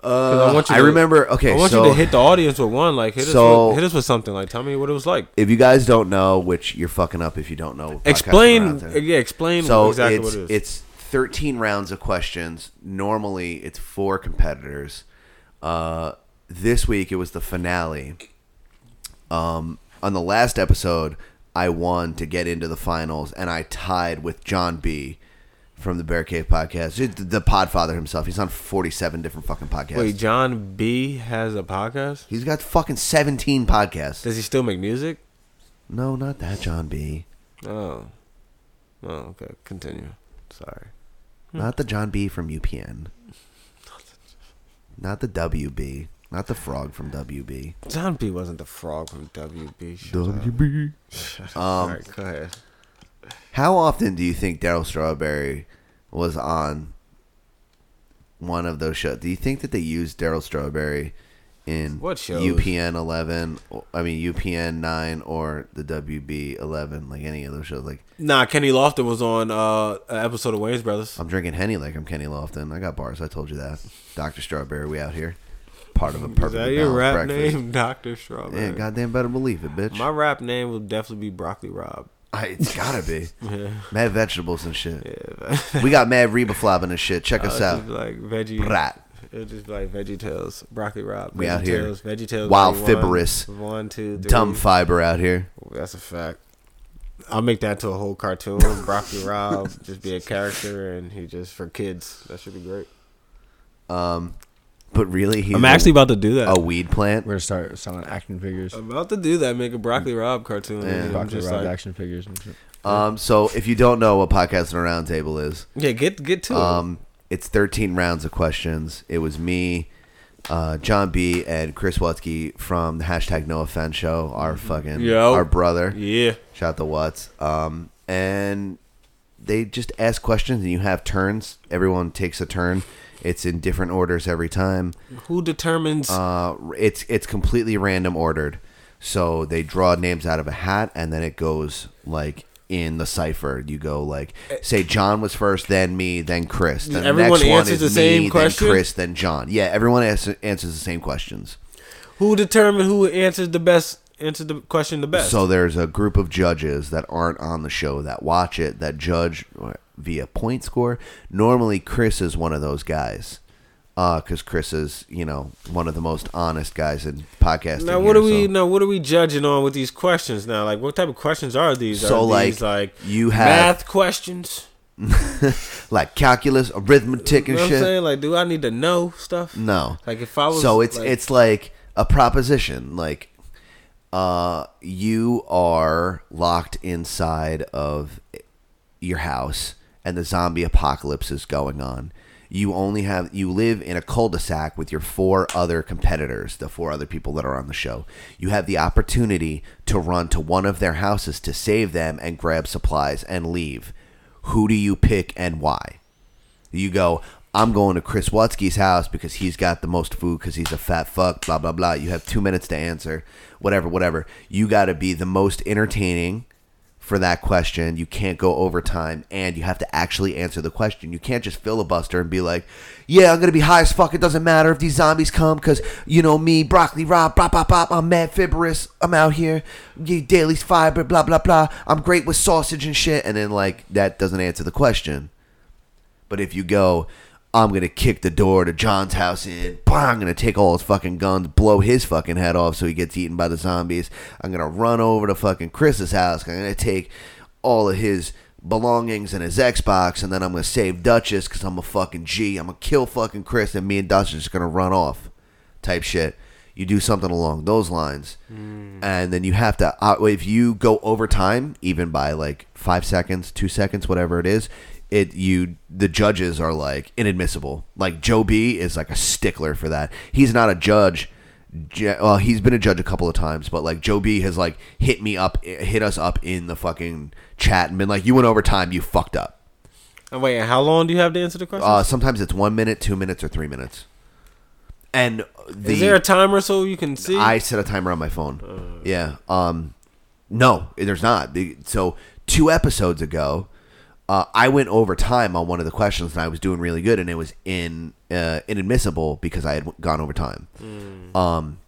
I, want you
I
to-
remember- okay,
I want
so-
you to hit the audience with one. Like, hit us,
So-
with, hit us with something. Like, tell me what it was like.
If you guys don't know, which you're fucking up if you don't know, podcasts
Explain-
around there.
yeah, explain
So
exactly
it's,
what it is.
It's 13 rounds of questions. Normally, it's four competitors. Uh, this week, it was the finale. Um, on the last episode, I won to get into the finals, and I tied with John B. from the Bear Cave podcast, It- the Podfather himself. He's on 47 different fucking podcasts.
Wait, John B has a podcast.
He's got fucking 17 podcasts.
Does he still make music?
No, not that John B.
Oh, oh, okay. Continue. Sorry. Hmm.
Not the John B from UPN. Not the WB. Not the frog from WB.
John B wasn't the frog from WB. Shut
WB.
up. All
Um,
right, go ahead.
How often do you think Daryl Strawberry was on one of those shows? Do you think that they used Daryl Strawberry in
What shows?
UPN 11, or- I mean, UPN 9 or the WB 11, like any of those shows? Like,
Nah, Kenny Lofton was on uh, an episode of Wayne's Brothers.
I'm drinking Henny like I'm Kenny Lofton. I got bars. I told you that. Dr. Strawberry, we out here. Part of a
Is
perfect
that your rap
breakfast.
name, Doctor Strawberry?
Yeah, goddamn better believe it, bitch.
My rap name will definitely be Broccoli Rob.
I, it's gotta be.
Yeah.
Mad vegetables and shit.
Yeah, Oh,
We got mad Reba flopping and shit. Check
I'll
us
just
out.
be like veggie.
Brat.
It'll just be like Veggie Tales, Broccoli Rob.
We out
Veggie
here.
Tales, Veggie Tales,
Wild
Veggie One,
fibrous.
One, two, three.
Dumb fiber out here.
That's a fact. I'll make that to a whole cartoon. Broccoli Rob just be a character, and he just for kids. That should be great.
But really, he's
I'm
a-
actually about to do that.
a weed plant.
We're gonna start selling action figures.
I'm about to do that. Make a Broccoli
Mm.
Rob cartoon. and Um, I'm
Rock
just
Rob
like-
action figures. And shit.
Um, so if you don't know what podcasting around table is,
yeah, get get to
um, it's 13 rounds of questions. It was me, uh, John B, and Chris Watsky from the hashtag No Offense Show. Our fucking
Yo.
our brother.
it. Mm-hmm. Yeah.
Shout out to Watts. Um, and they just ask questions, and you have turns. Everyone takes a turn. It's in different orders every time.
Who determines?
Uh, it's it's completely random ordered. So they draw names out of a hat, and then it goes like in the cipher. You go like, say John was first, then me, then Chris. Then the
Everyone
next one
answers
is
the same
me,
question?
then Chris, then John. Yeah, everyone answers, answers the same questions.
who determines who answers the best? Answers the question the best.
So there's a group of judges that aren't on the show that watch it that judge uh, via point score. Normally, Chris is one of those guys because Chris is you know one of the most honest guys in podcasting.
Now what are
here,
we
so-
now what are we judging on with these questions now? Like what type of questions are these?
So,
are
like,
these, like
you have-
math questions.
like calculus, arithmetic,
You
and
know what I'm
shit?
saying? Like do I need to know stuff?
No.
Like if I was
so it's
like-
it's like a proposition. Like uh you are locked inside of your house and the zombie apocalypse is going on. You only have you live in a cul-de-sac with your four other competitors, the four other people that are on the show. You have the opportunity to run to one of their houses to save them and grab supplies and leave. Who do you pick and why? You go, I'm going to Chris Watsky's house because he's got the most food because he's a fat fuck, blah, blah, blah. You have two minutes to answer, whatever, whatever. You got to be the most entertaining for that question. You can't go overtime and you have to actually answer the question. You can't just filibuster and be like, yeah, I'm going to be high as fuck. It doesn't matter if these zombies come because, you know, me, Broccoli Rob, blah, blah, blah. I'm mad fibrous. I'm out here. Yeah, Daily's fiber, blah, blah, blah. I'm great with sausage and shit. And then, like, that doesn't answer the question. But if you go, I'm gonna kick the door to John's house in. Bah, I'm gonna take all his fucking guns, blow his fucking head off so he gets eaten by the zombies. I'm gonna run over to fucking Chris's house. I'm gonna take all of his belongings and his Xbox, and then I'm gonna save Duchess because I'm a fucking G. I'm gonna kill fucking Chris, and me and Duchess are just gonna run off, type shit. You do something along those lines,
Hmm.
and then you have to. Uh, if you go overtime, even by like five seconds, two seconds, whatever it is, it you the judges are like inadmissible. Like Joe B is like a stickler for that. He's not a judge. Je- well, he's been a judge a couple of times, but like Joe B has like hit me up, eh, hit us up in the fucking chat and been like, "You went overtime. You fucked up."
And wait, how long do you have to answer the question?
Uh, sometimes it's one minute, two minutes, or three minutes. And the
Is there a timer so you can see?
I set a timer on my phone. yeah. Um, no, there's not. The- So two episodes ago, uh, I went over time on one of the questions and I was doing really good and it was in uh, inadmissible because I had w- gone over time, um,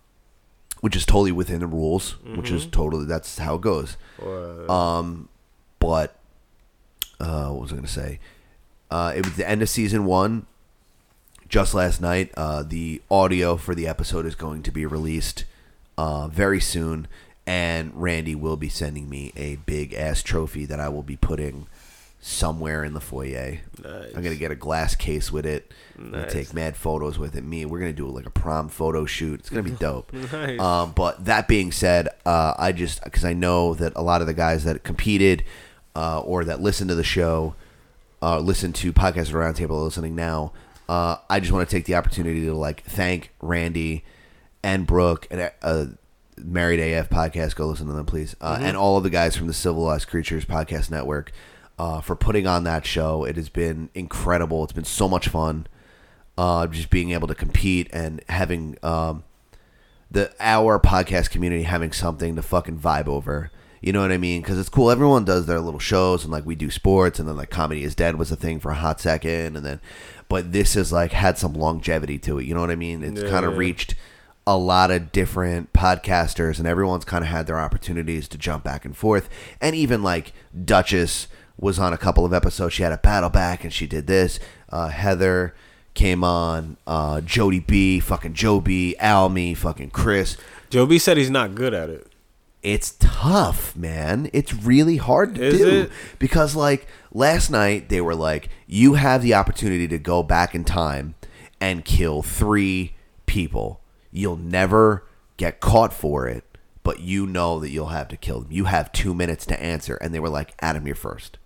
which is totally within the rules, which is totally that's how it goes. Um, but uh, what was I going to say? Uh, it was the end of season one. Just last night, uh, the audio for the episode is going to be released uh, very soon, and Randy will be sending me a big ass trophy that I will be putting somewhere in the foyer. I'm gonna get a glass case with it. I'm gonna take mad photos with it. Me, we're gonna do like a prom photo shoot. It's gonna be dope. um, but that being said, uh, I just because I know that a lot of the guys that competed uh, or that listened to the show uh, listen to podcasts at Roundtable are listening now, uh, I just want to take the opportunity to like thank Randy and Brooke and uh, Married AF podcast. Go listen to them, please, uh, and all of the guys from the Civilized Creatures Podcast Network uh, for putting on that show. It has been incredible. It's been so much fun. Uh, just being able to compete and having um, the our podcast community having something to fucking vibe over. You know what I mean? Because it's cool. Everyone does their little shows, and like we do sports, and then like comedy is dead was a thing for a hot second, and then, but this has like had some longevity to it. You know what I mean? It's kind of reached a lot of different podcasters, and everyone's kind of had their opportunities to jump back and forth, and even like Duchess was on a couple of episodes. She had a battle back, and she did this. Uh, Heather came on. Uh, Jody B, fucking Joe B, Almy, fucking Chris
Joe B said he's not good at it.
it's tough, man. It's really hard to
Is
do
it?
because like last night they were like you have the opportunity to go back in time and kill 3 people. You'll never get caught for it, but you know that you'll have to kill them. You have 2 minutes to answer and they were like Adam you're first.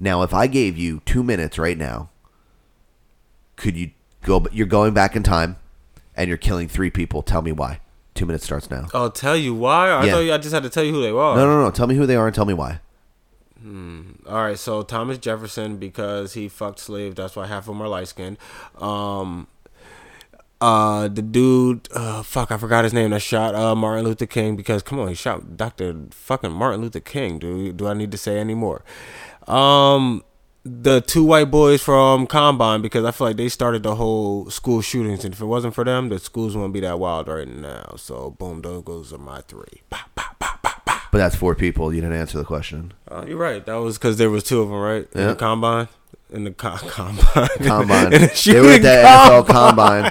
Now if I gave you 2 minutes right now, could you go but you're going back in time and you're killing 3 people. Tell me why. 2 minutes starts now.
I'll tell you why. I
Yeah.
thought you, I just had to tell you who they were.
No, no, no. Tell me who they are and tell me why.
All right, so Thomas Jefferson because he fucked slaves. That's why half of them are light skinned. Um, uh, the dude, uh, fuck, I forgot his name. That shot uh Martin Luther King because come on, he shot Doctor fucking Martin Luther King. Do do I need to say any more? Um, the two white boys from Combine because I feel like they started the whole school shootings, and if it wasn't for them, the schools wouldn't be that wild right now. So boom, those goes are my three. Pow, pow, pow, pow, pow.
But that's four people. You didn't answer the question.
Uh, you're right. That was because there was two of them, right? In
Yeah.
the combine, in the co- combine,
Combine. they
In the
were at
shooting
that NFL
combine.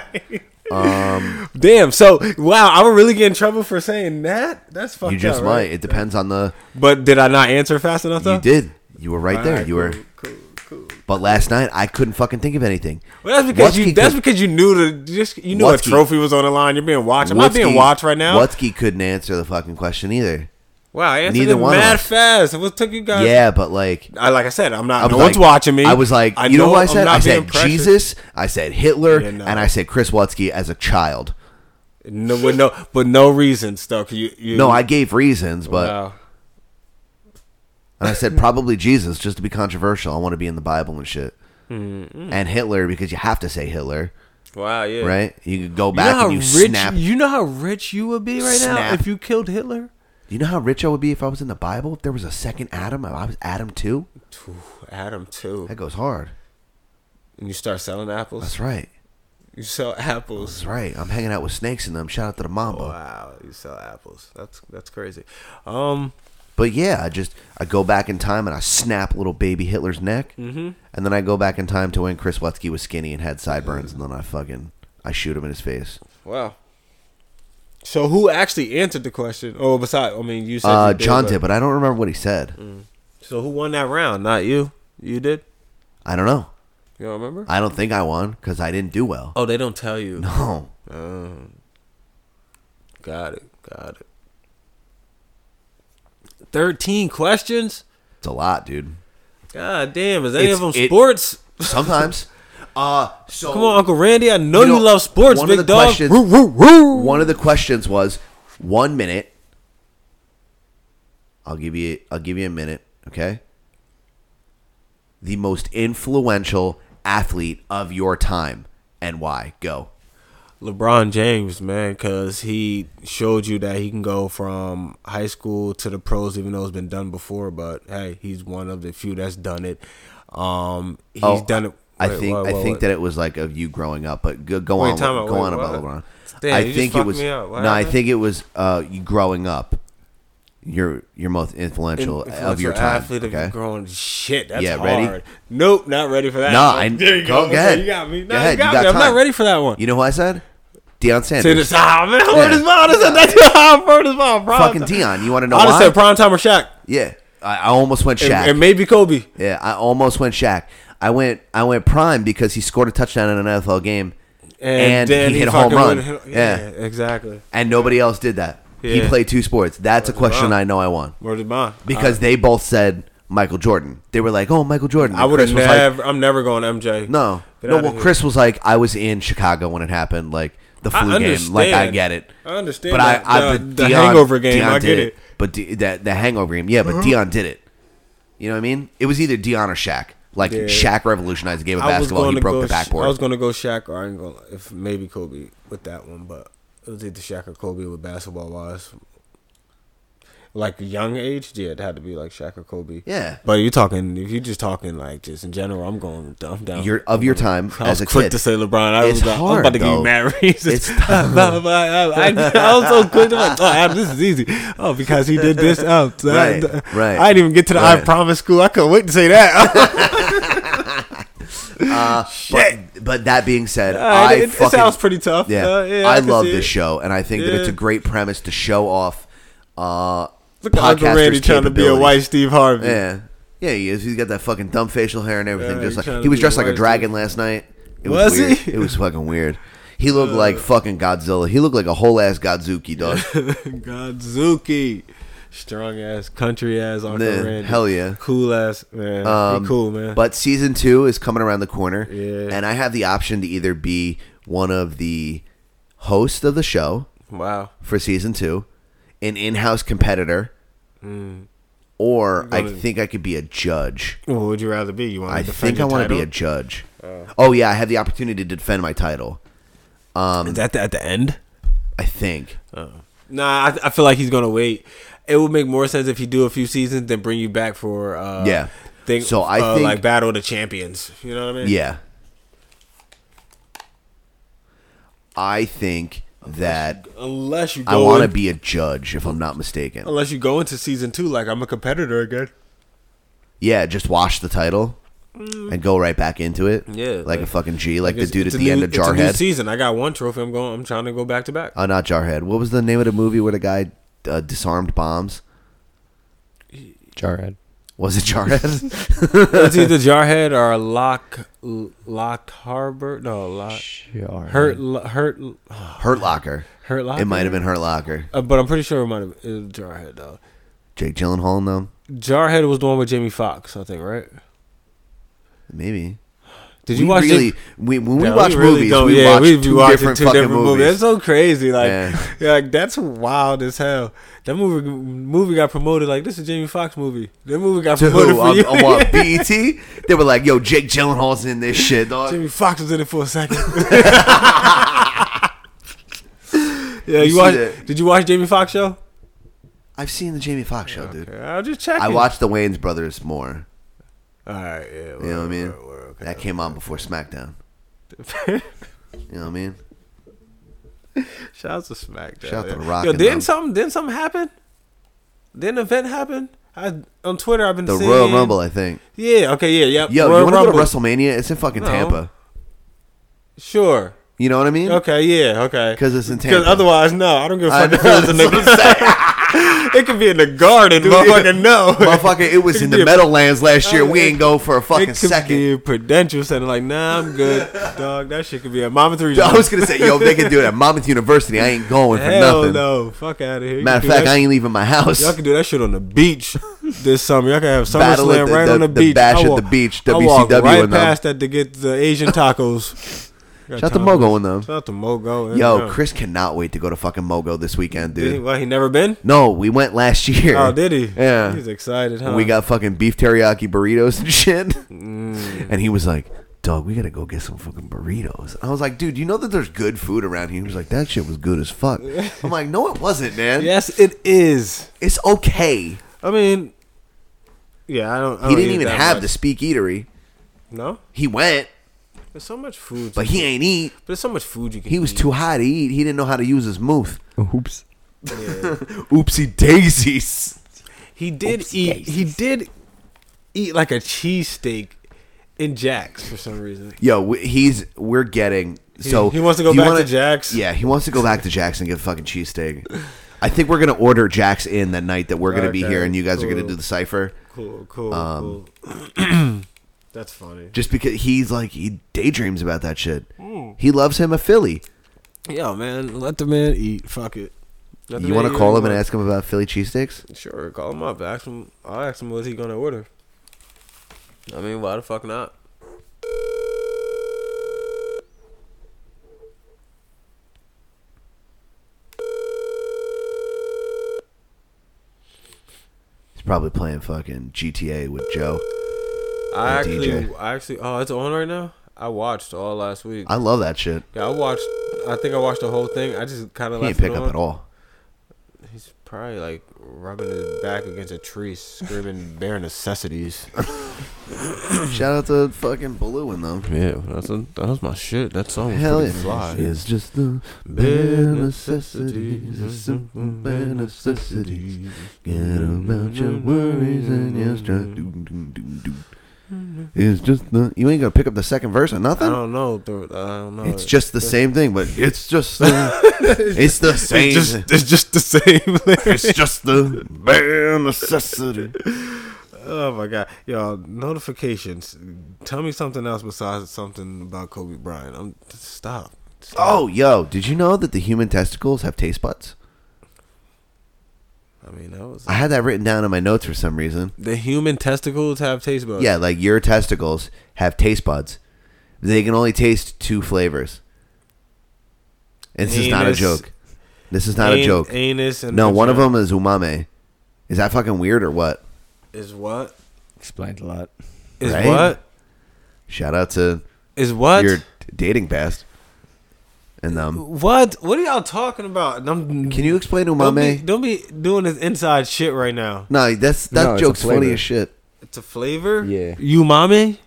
combine. Um,
Damn. So wow, I'm really get in trouble for saying that. That's fucked
you just
up,
might.
right?
It depends on the.
But did I not answer fast enough? Though?
You did. You were right there.
Alright,
You were.
Cool, cool. cool.
But last night I couldn't fucking think of anything.
Well, that's because
Wutzke
you. That's
could-
because you knew the. Just you knew
Wutzke-
a trophy was on the line. You're being watched. I'm not being
Wutzke-
watched right now.
Wutzke couldn't answer the fucking question either.
Wow, I answered
Neither
it
one of
mad
us.
fast. What took you guys?
Yeah, but like.
I, like I said, I'm not.
I was
Uh, No
like,
one's watching me.
I was like, you know, what I said? I said
pressured.
Jesus, I said Hitler,
Yeah, no.
and I said Chris Wutzke as a child.
No, with no, but no reasons though. 'cause You, you,
No, I gave reasons, but
Wow.
And I said probably Jesus just to be controversial. I want to be in the Bible and shit. And Hitler because you have to say Hitler,
Wow, Mm-hmm. yeah.
right? You could go
You know
back
how
and you
rich
snap.
you know how rich you would be right now
Snap.
if you killed Hitler?
You know how rich I would be if I was in the Bible? If there was a second Adam, if I was Adam too.
Adam too.
That goes hard.
And you start selling apples.
That's right.
You sell apples.
That's right. I'm hanging out with snakes in them. Shout out to the Mamba.
Oh, Wow, you sell apples. That's that's crazy. Um
But yeah, I just I go back in time and I snap little baby Hitler's neck, mm-hmm. and then I go back in time to when Chris Watsky was skinny and had sideburns, and then I fucking I shoot him in his face.
wow. So who actually answered the question? Oh, besides, I mean, you said
Uh,
you did,
John
but- Mm.
did, but I don't remember what he said.
So who won that round? Not you. You did.
I don't know.
You don't remember?
I don't think I won because I didn't do well.
oh, they don't tell you.
No.
Got it. Got it. Thirteen questions.
It's a lot, dude.
God damn! Is any
It's-
of them
it-
sports?
Sometimes. uh so
Come on, Uncle Randy. I know you,
you know,
love sports,
one of
big
the
dog.
questions-
Woo, woo, woo.
one of the questions was one minute. I'll give you I'll give you a minute, okay? The most influential athlete of your time and why? Go.
LeBron James, man, because he showed you that he can go from high school to the pros, even though it's been done before. But hey, he's one of the few that's done it. Um, he's
Oh,
done it.
I
wait,
think
what,
I
what,
think
what?
that it was like of you growing up, but go, go
Wait,
on,
time out,
go
wait,
on about
what?
LeBron.
Damn,
I
you just
think it
fucked
was
me up. What
no, I
happened?
think it was uh, you growing up. You're you're most influential, of your
Influential
time.
athlete of
okay?
your growing shit. That's
Yeah, ready?
hard. Nope, not ready for that.
No,
one.
I
there you
go,
go.
go ahead.
You got me. No,
Go ahead,
you
you
got
got
me. I'm
time.
not ready for that one.
You know who I said? Deion
To
Sanders.
the side, man. Word
Yeah.
is mine. That's- That's how I heard his mom.
Fucking Deion. You want to know
I'd have
why?
said prime time or Shaq.
yeah, I, I almost went
And,
Shaq.
and maybe Kobe.
yeah, I almost went Shaq. I went I went prime because he scored a touchdown in an NFL game, and,
then
he hit a home
fucking
run.
went-
yeah.
exactly.
and nobody else did that. He
Yeah.
played two sports. That's a question I know I won.
Word is mine.
because they both said Michael Jordan. They were like, "Oh, Michael Jordan."
I,
And
would have
Chris was like-
never. I'm never going MJ.
no,
Get
no.
outta
Well,
here.
Chris was like, "I was in Chicago when it happened, like the
I
flu game. Like I
understand.
get it,
I understand
But I,
that.
I
The-
but
the
Deion-
hangover game,
Deion
I
did
get it. Uh-huh.
But De, that the hangover game, yeah. But Dion did it. You know what I mean? It was either Dion or Shaq. Like
Yeah.
Shaq revolutionized the game of
I was
basketball.
going
He
to
broke
go.
the
Sh- I
backboard.
was going to go Shaq or I ain't gonna, if maybe Kobe with that one, but it was either Shaq or Kobe with basketball wise. Like young age, yeah, it had to be like Shaq or Kobe.
Yeah.
but you're talking if you're just talking like just in general, I'm going dumb down.
You're of your time
I was
as a
quick
kid.
to say LeBron. I
It's
was, about- I was
hard,
about to give
though.
you mad reasons.
It's tough.
Blah, blah, blah. uh, I, I was so quick to like, oh, Adam, this is easy. Oh, because he did this. Oh, so I-
Right, right,
I didn't even get to the I
right.
promise school. I couldn't wait to say that.
Uh, But, but that being said,
Uh,
I
it, it
fucking,
sounds pretty tough.
Yeah,
Uh, yeah,
I,
can
love
see
this
it.
show, and I think that it's a
Yeah.
great premise to show off. Uh,
Look at Uncle
podcasters'
Randy trying to be a
capabilities.
white Steve Harvey.
Yeah, yeah, he is. He's got that fucking dumb facial hair and everything.
Yeah,
just
he's
like
trying to
he was
be
dressed like a
white,
dragon last night. It was,
Was
weird.
he? Uh.
It was fucking weird. He looked like fucking Godzilla. He looked like a whole ass Godzuki dog.
Godzuki. Strong ass, country ass Uncle
Yeah,
Randy.
hell yeah.
Cool ass, man. He
Um,
cool, man.
But season two is coming around the corner,
Yeah.
and I have the option to either be one of the hosts of the show
wow.
for season two, an in-house competitor, or I think I could be a judge.
What would Mm. you rather be? You want
I
to defend
think I want to be a
judge.
judge. oh yeah, I have the opportunity to defend my title.
Is that the, at the end?
I think.
Nah, I, I feel like he's gonna wait. It would make more sense if you do a few seasons, then bring you back for uh,
Yeah.
Think,
So I
uh,
think-
like battle of the champions. You know what I mean?
Yeah. I think that
Unless you, go
I want to
in- Oh.
be a judge, if I'm not mistaken.
Unless you go into season two, like I'm a competitor again.
Yeah, just wash the title and go right back into it.
Mm. Yeah,
like, a
like-
fucking G, like the
It's-
dude at
it's
the
a new-
end of
It's a new
Jarhead.
season. I got one trophy. I'm going. I'm trying to go back to back.
Oh, not Jarhead. What was the name of the movie where the guy uh, disarmed bombs?
Jarhead.
Was it Jarhead?
it's either Jarhead or Lock Lock Harbor. No, Lock
Jarhead.
Hurt Lo- Hurt
Hurt Locker.
Hurt Locker.
It might have been Hurt Locker.
Uh, but I'm pretty sure it might have been Jarhead though.
Jake Gyllenhaal, though?
Jarhead was the one with Jamie Foxx, I think, right?
Maybe.
Did
We
you watch?
really,
Jam-
we, when we
Yeah,
watch
really
movies,
don't-
we watch
we be
two
watching
different fucking movies.
It's so crazy, like,
Yeah.
yeah, like that's wild as hell. That movie movie got promoted. Like this is Jamie Foxx movie. That movie got
to
promoted
who?
for
On,
you.
on what, BET? They were like, yo, Jake Gyllenhaal's in this shit, dog.
Jimmy Fox was in it for a second. yeah, you,
see
watch?
that?
Did you watch Jamie Fox show?
I've seen the Jamie Foxx show, dude.
I'll just check.
I watched the Wayans Brothers more.
All right, yeah.
You know what I mean?
word, word, okay.
That came on before SmackDown. You know what I mean?
Shout out to SmackDown.
Shout out to
yeah.
The Rock
Yo,
and
didn't
them.
something? Didn't something happen? Didn't an event happen? I on Twitter I've been
The
seeing,
Royal Rumble, I think.
Yeah. Okay. Yeah. Yep.
Yo,
Royal
you want to go to
Rumble.
WrestleMania? It's in fucking
No.
Tampa.
Sure.
You know what I mean?
Okay. Yeah. Okay.
'Cause it's in
Because
Tampa.
otherwise, no, I don't give a
I
fuck if it's in
know, that's
the. it could be in the garden,
Dude,
motherfucker.
yeah.
No,
Motherfucker, it was in
could
the
be a-
Meadowlands last year. We
it-
ain't go for a fucking
it could
second.
Be Prudential said like, nah, I'm good, dog. That shit could be a Mama Three.
I was gonna say, yo, if they can do it at Monmouth University, I ain't going for
hell
nothing.
no, fuck out of here. You
Matter
can
of fact,
do that
I
shit-
ain't leaving my house.
Y'all can do that shit on the beach this summer. Y'all can have
Battle at
SummerSlam
the-
right
the-
on the,
the
beach.
bash
I
at
walk-
the beach,
I walk
WCW
right
and them.
past that to get the Asian tacos. Got
Shout out to
tacos.
Mogo and them.
Shout out to Mogo. and
Yo,
them.
Chris cannot wait to go to fucking Mogo this weekend,
Did he,
dude.
what, he never been?
No, we went last year.
Oh, did he?
Yeah.
He's excited, huh? Mm.
We got fucking beef teriyaki burritos and shit. And he was like, dog, we gotta go get some fucking burritos. I was like, dude, you know that there's good food around here. He was like, that shit was good as fuck. I'm like, no, it wasn't, man.
Yes, it is.
It's okay.
I mean, Oh, yeah, I don't. I
He
don't
didn't
eat
even
that
have
much.
the speak eatery.
No,
He went,
there's so much food,
but he ain't eat.
There's so much food you can.
He was
eat.
too high to eat. He didn't know how to use his mouth.
Oops.
Oopsie daisies.
He did eat. He did eat like a cheesesteak in Jack's for some reason.
Yo, we- he's we're getting so
he wants to go back to Jack's?
Yeah, he wants to go back to Jack's and get a fucking cheesesteak. I think we're gonna order Jack's in the night that we're gonna be
Okay,
here, and you guys are gonna
cool.
do the cipher.
Cool, cool,
Um,
cool. That's funny.
Just because he's like he daydreams about that shit.
Hmm.
He loves him a Philly.
Yo, man, let the man eat. Fuck it. Let the
You
man
want
eat
to call
what
him
he
and
wants.
ask him about Philly cheesesteaks?
Sure, call him up. Ask him. I'll ask him what he gonna order. I mean, why the fuck not?
He's probably playing fucking GTA with Joe.
I
Or
actually,
DJ.
I actually. Oh, it's on right now. I watched all last week.
I love that shit.
yeah, I watched. I think I watched the whole thing. I just kind of
He
left
didn't pick
it
up
on.
at all.
He's probably like rubbing his back against a tree, screaming bare necessities.
Shout out to fucking Baloo and them.
Yeah, that's a, that was my shit. That song was
Hell
Hell
yeah.
Oh, fly.
It's just the bare necessities, the simple bare necessities. Get about your worries and your strife. Doom, doom, doom, doom. It's just the. You ain't gonna pick up the second verse or
I
nothing?
don't know. dude, I don't know.
It's just the same thing, but it's just the. It's the same. thing.
it's just the same.
It's just the bare necessity.
oh my god, y'all! Notifications. Tell me something else besides something about Kobe Bryant. I'm stop. stop.
Oh, yo, did you know that the human testicles have taste buds?
I mean that was
I had that written down in my notes for some reason.
the human testicles have taste buds.
Yeah, like your testicles have taste buds. They can only taste two flavors. And this is not a
Anus.
joke. This is not a
An-
joke.
Anus and
No, one of
vagina
them is umame. Is that fucking weird or what?
is what
Explained a lot.
is
Right?
what
Shout out to
is what
your dating past. And um,
what what are y'all talking about? And I'm-
can you explain
don't be,
umame?
don't be doing this inside shit right now.
No, that's that
No, it's a
joke's funny
flavor.
as shit.
It's a flavor.
Yeah.
You mommy?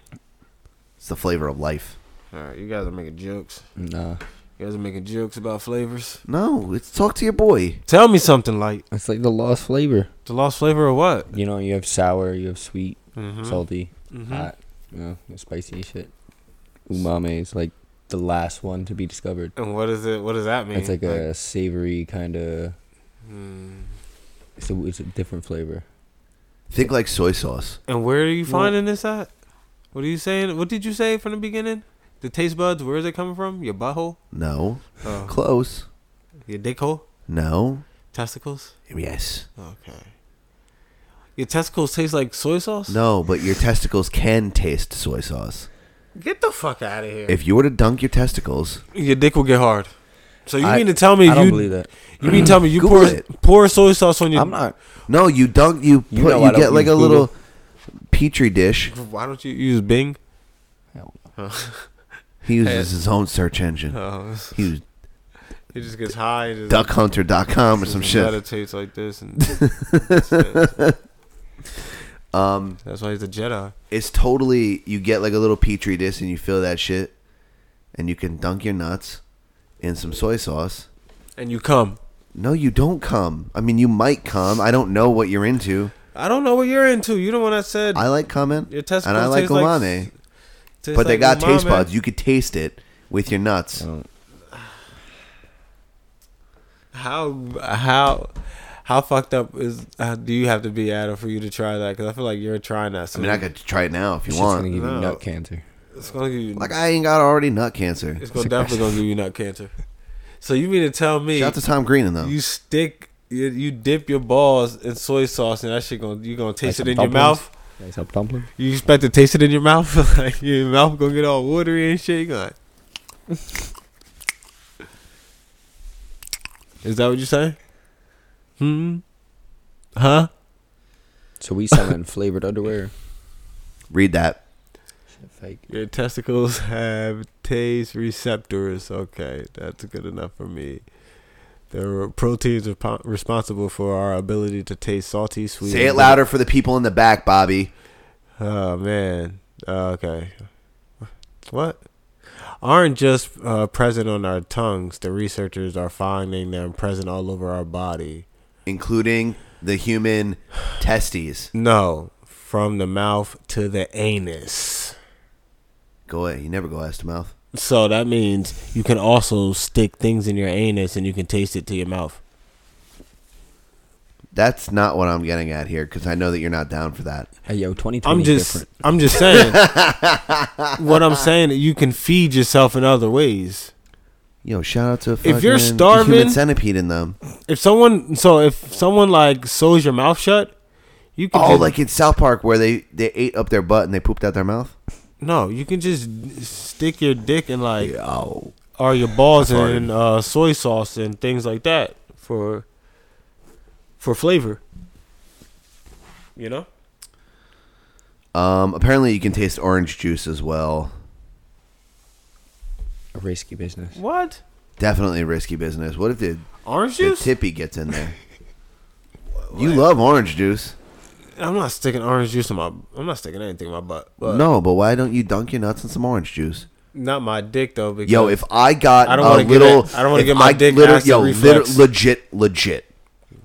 It's the flavor of life.
All right, you guys are making jokes.
Nah.
You guys are making jokes about flavors.
No, it's talk to your boy.
Tell me something like
It's like the lost flavor.
the lost flavor or what?
You know, you have sour, you have sweet,
Mm-hmm.
salty, hot, you know, spicy and shit. Umami is like the last one to be discovered.
And what is it? What does that mean?
It's like a savory kind of.
Hmm.
It's a it's a different flavor.
Think like soy sauce.
And where are you finding this at? What are you saying? What did you say from the beginning? The taste buds. Where is it coming from? Your butthole?
No.
Oh.
Close.
Your dick hole?
No.
Testicles?
Yes.
Okay. Your testicles taste like soy sauce?
No, but your testicles can taste soy sauce.
Get the fuck out of here.
If you were to dunk your testicles,
your dick will get hard. So you
I-
mean to tell me
I don't
you
believe that.
you mean to tell me you
Google
pour
it.
pour soy sauce on your
I'm not.
no, you dunk, you put,
You
you,
know I don't
get like a
use
little petri dish.
Why don't you use Bing?
He uses his own search engine.
Oh,
He used
it just gets high. And just,
duckhunter.com or some
just
shit.
Meditates like this, and that's it.
Um,
that's why he's a Jedi.
it's totally you get like a little petri dish and you fill that shit, and you can dunk your nuts in some soy sauce.
And you come.
No, you don't come. I mean, you might come. I don't know what you're into.
I don't know what you're into. You the one that said
I like coming, and
Your
I
testicles
like
taste like
umami.
s- tastes
but they
like
got taste
umami.
buds. You could taste it with your nuts.
How how how fucked up is uh, do you have to be Adam for you to try that? Because I feel like you're trying that.
I
Soon.
mean, I could try it now if you
It's
want.
gonna give
No.
you nut cancer.
It's gonna give you.
Like I ain't got already nut cancer.
it's gonna definitely gonna give you nut cancer. So you mean to tell me
Shout out to Tom Green and them.
you stick you, you dip your balls in soy sauce and that shit gonna you gonna taste
Like
it in
some
your mouth?
Like some dumpling.
You expect to taste it in your mouth? like your mouth gonna get all watery and shit. You gonna like- Is that what you say? Hmm. Huh?
So we selling flavored underwear.
Read that.
fake.
Your testicles have taste receptors. Okay, that's good enough for me. The proteins are po- responsible for our ability to taste salty, sweet.
Say
and
it louder for the people in the back, Bobby.
Oh man. Uh, okay. What? Aren't just uh, present on our tongues. The researchers are finding them present all over our body.
Including the human testes.
No, from the mouth to the anus.
Go away. You never go ass to mouth.
So that means you can also stick things in your anus and you can taste it to your mouth.
That's not what I'm getting at here because I know that you're not down for that.
Hey yo, 2020
I'm just
different.
I'm just saying. what I'm saying that you can feed yourself in other ways.
Yo, shout out to
If you're
fucking
starving-
human centipede in them.
If someone so if someone like sews your mouth shut, you can
Oh,
just-
like in South Park where they they ate up their butt and they pooped out their mouth.
No, you can just stick your dick in like or your balls in uh, soy sauce and things like that for for flavor. You know?
Um, apparently you can taste orange juice as well.
A risky business.
What?
Definitely risky business. What if the,
Orange
the
juice?
tippy gets in there? you love orange juice.
I'm not sticking orange juice in my I'm not sticking anything in my butt. But
no, but why don't you dunk your nuts in some orange juice?
not my dick though because
Yo, if I got
I don't
a
wanna get
little,
it- I don't wanna
if
get my dick acid reflux.
legit, legit,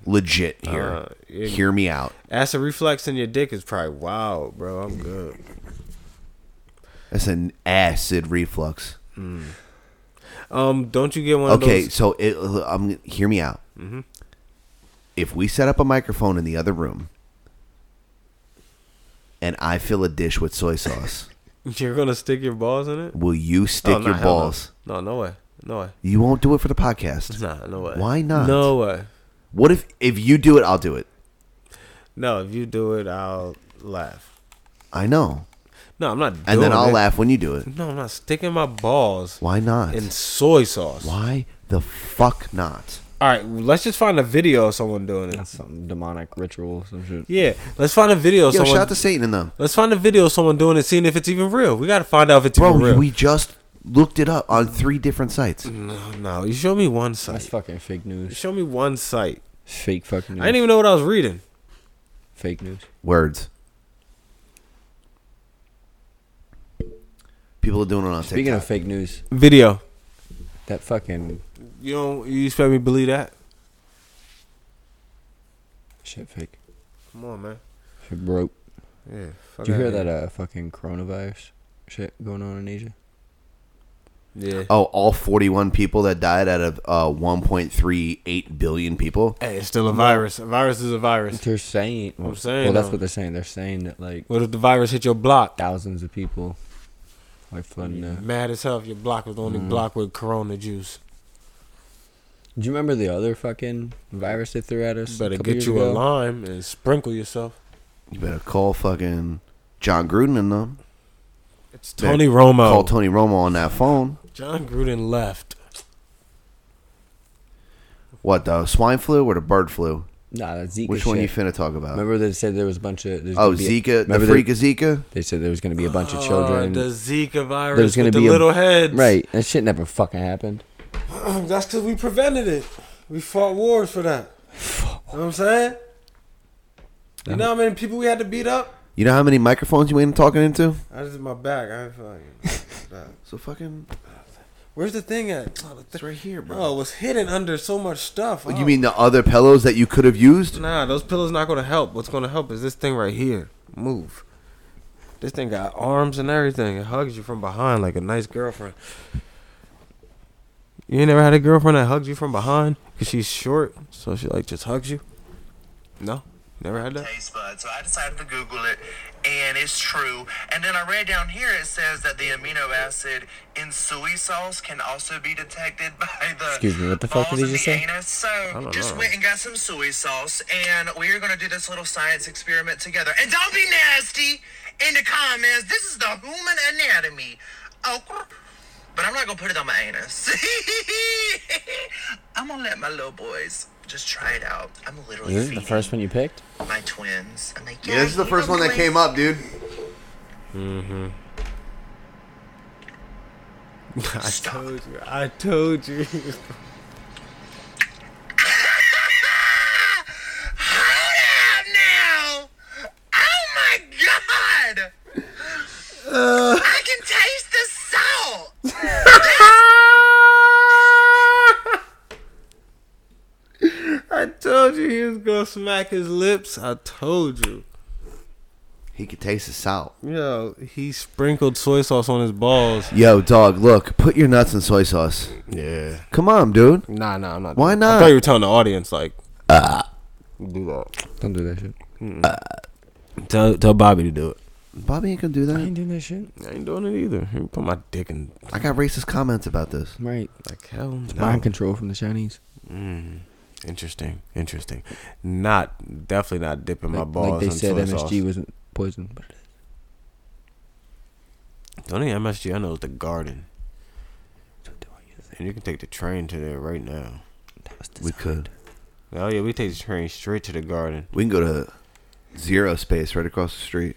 legit here.
Uh, yeah.
Hear me out.
acid reflux in your dick is probably wow, bro. I'm good.
That's an acid reflux.
Um, don't you get one
Okay,
of those? Mm-hmm.
so it, I'm hear me out. If we set up a microphone in the other room, and I fill a dish with soy sauce,
You're gonna stick your balls in it?
will you stick
Oh, nah,
your
hell no.
balls?
No, no way. No way.
You won't do it for the podcast.
Nah, no way.
Why not?
No way.
What if if you do it, I'll do it.
No, if you do it, I'll laugh.
I know,
No, I'm not.
and
doing
then I'll
it.
laugh when you do it.
No, I'm not sticking my balls
Why not?
in soy sauce.
Why the fuck not?
All right, let's just find a video of someone doing it.
That's some demonic ritual, some shit.
Yeah, let's find a video of
Yo, shout
someone.
out to Satan and them.
let's find a video of someone doing it, seeing if it's even real. We gotta find out if it's even
Bro,
real. Mm-hmm.
we just looked it up on three different sites.
no, no, you show me one
That's
site.
fucking fake
You
news.
show me one site.
Fake fucking
Mm.
news.
I didn't even know what I was reading.
fake news.
Words. People are doing it on
Speaking
TikTok.
of fake news,
Video.
that fucking
You don't. You expect me to believe that?
shit fake.
Come on, man.
Shit broke.
Yeah. fuck
Did you hear
outta
that
here.
uh fucking coronavirus shit going on in Asia?
Yeah.
oh, all 41 people that died out of uh, 1.38 billion people.
Hey, it's still a virus. A virus is a virus.
They're saying. Well,
saying,
well, that's
though.
what they're saying. They're saying that like
What if the virus hit your block?
thousands of people like flooding. the
Mad as hell if your block was the only
Mm.
block with Corona juice.
Do you remember the other fucking virus they threw at us? a
Better
couple
get
years
you a
ago?
lime and sprinkle yourself.
You better call fucking John Gruden and them.
It's
Better
Tony Romo.
Call Tony Romo on that phone.
John Gruden left.
What, the swine flu or the bird flu?
Nah, that Zika.
Which one
shit.
you finna talk about?
Remember they said there was a bunch of. there's
oh,
gonna be a-
Zika, the
remember they-
freak of Zika?
They said there was going to be a bunch of
Oh,
children.
the Zika virus.
there was going
with
to be
the little
a,
heads.
Right, that shit never fucking happened.
That's because we prevented it. We fought wars for that. You know what I'm saying? You know how many people we had to beat up?
You know how many microphones you ain't talking into?
I just my back. I ain't fucking.
So fucking,
Where's the thing at? Oh, the
it's
thi-
right here, bro.
oh, it was hidden under so much stuff.
You
Oh.
mean the other pillows that you could have used?
Nah, those pillows not gonna help. What's gonna help is this thing right here. Move. This thing got arms and everything. It hugs you from behind like a nice girlfriend. You ain't never had a girlfriend that hugs you from behind because she's short, so she like just hugs you. No, never had that.
taste buds. So I decided to Google it, and it's true. And then I read down here it says that the amino acid in soy sauce can also be detected by the
Excuse me, what the fuck
balls
did he
in
just
the
say?
Anus. So just went and got some soy sauce, and we are gonna do this little science experiment together. And don't be nasty in the comments. This is the human anatomy. Oh. But I'm not gonna put it on my anus. I'm gonna let my little boys just try it out. I'm literally
Is it the
feeding
first one you picked?
my twins. I'm like, yeah,
Yeah, this is the
you
first
know,
one that
boys.
came up, dude.
I told you. I told you.
Hold up now! Oh my god!
Uh.
I can taste the salt!
I told you he was gonna smack his lips. I told you.
He could taste the salt.
Yo, he sprinkled soy sauce on his balls.
Yo, dog, look, put your nuts in soy sauce.
Yeah.
Come on, dude.
Nah, nah, I'm not.
Why
doing- I
not? Ah.
thought you were telling the audience like, do that.
Don't do that shit.
Tell
Uh,
tell Bobby to do it.
Bobby ain't gonna do
I ain't
that.
doing that shit.
I ain't doing it either. He put my dick in
I got racist comments about this.
Right.
like hell.
Mind
No. Mm.
control from the Chinese.
Interesting, interesting. Not definitely not dipping my
Like-
balls
like they
in
said
soy
MSG
sauce.
wasn't poison, but it is.
The only MSG I know is the Garden, and you can take the train to there right now.
That was
We could.
Oh yeah, we take the train straight to the Garden.
We can go to Zero Space right across the street.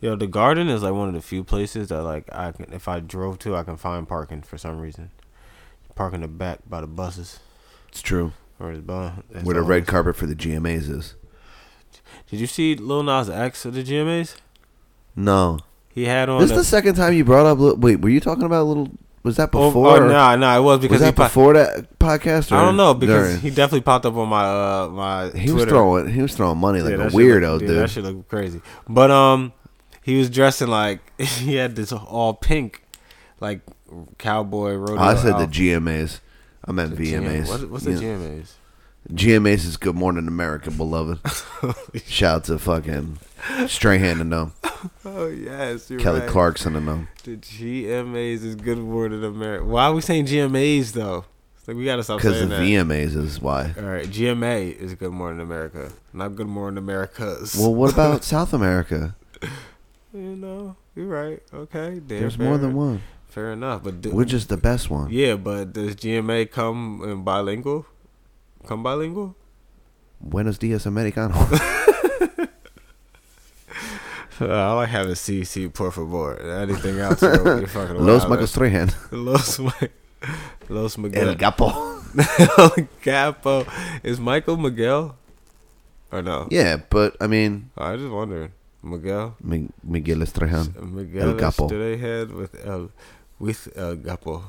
Yo, the Garden is like one of the few places that like I can, if I drove to, I can find parking for some reason. Park in the back by the buses
It's true.
or the bus. that's
Where the
all.
red carpet for the GMAs is.
Did you see Lil Nas X at the GMAs?
No.
He had on.
This
a-
is the second time you brought up. Lil- Wait, were you talking about little? Was that
Oh,
before?
oh, nah, nah, it was
was
because he
that
po-
before that podcast? Or
I don't know because
during?
he definitely popped up on my uh my.
he was
Twitter.
throwing he was throwing money like
Yeah,
a
that shit
weirdo,
look- yeah,
dude.
That shit looked crazy. But um, he was dressing like he had this all pink, like cowboy uh, rodeo.
I said the
outfit.
GMAs. I meant VMAs.
What's, what's
Yeah.
the GMAs?
GMAs is Good Morning America, beloved. Shout out to fucking Strahan and them,
Oh yes, you're
Kelly
right.
Clarkson and them.
The GMAs is good word in America. Why are we saying GMAs though? It's like we gotta stop
Because
saying
the
that.
VMAs is why.
all right, GMA is Good Morning America, not Good Morning America's.
Well, what about South America?
you know, you're right. Okay, there,
There's
fair,
more than one.
Fair enough, but do,
We're just the best one.
yeah, but does GMA come in bilingual? Come bilingual?
Buenos dias, americano.
Uh, I like having CC, por favor. Anything else, bro, you're fucking
Los
wild.
Marcos Strahan.
Los Mi- Los Miguel.
El Gapo.
El Capo. Is Michael Miguel? Or no? Oh,
Yeah, but I mean,
I just wondered. Miguel?
Mi- Miguel Strahan.
Miguel
Um, El Capo.
today had with El, with El Gapo.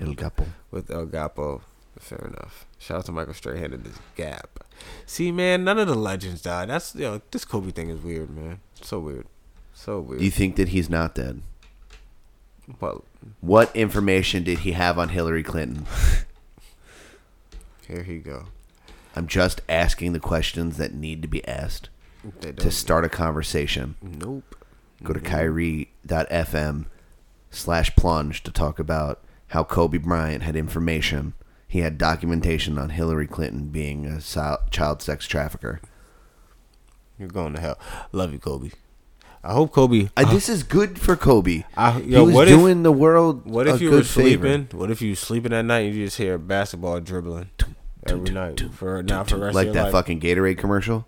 El Gapo.
With El Gapo. Fair enough. Shout out to Michael Strahan and this gap. See, man, none of the legends died. That's, yo, this Kobe thing is weird, man. So weird. So weird.
Do you think that he's not dead?
well,
What information did he have on Hillary Clinton?
here he go.
I'm just asking the questions that need to be asked
They
to
don't.
start a conversation.
Nope.
Go to Kyrie.fm slash plunge to talk about how Kobe Bryant had information. He had documentation on Hillary Clinton being a so- child sex trafficker.
You're going to hell. Love you, Kobe. I hope Kobe.
Uh, this is good for Kobe.
I-
he
yo,
was
what if-
doing the world.
What if
a
you
good
were sleeping?
Favor.
What if you were sleeping at night and you just hear basketball dribbling every night for not for the rest
Like
of
that
your life?
fucking Gatorade commercial.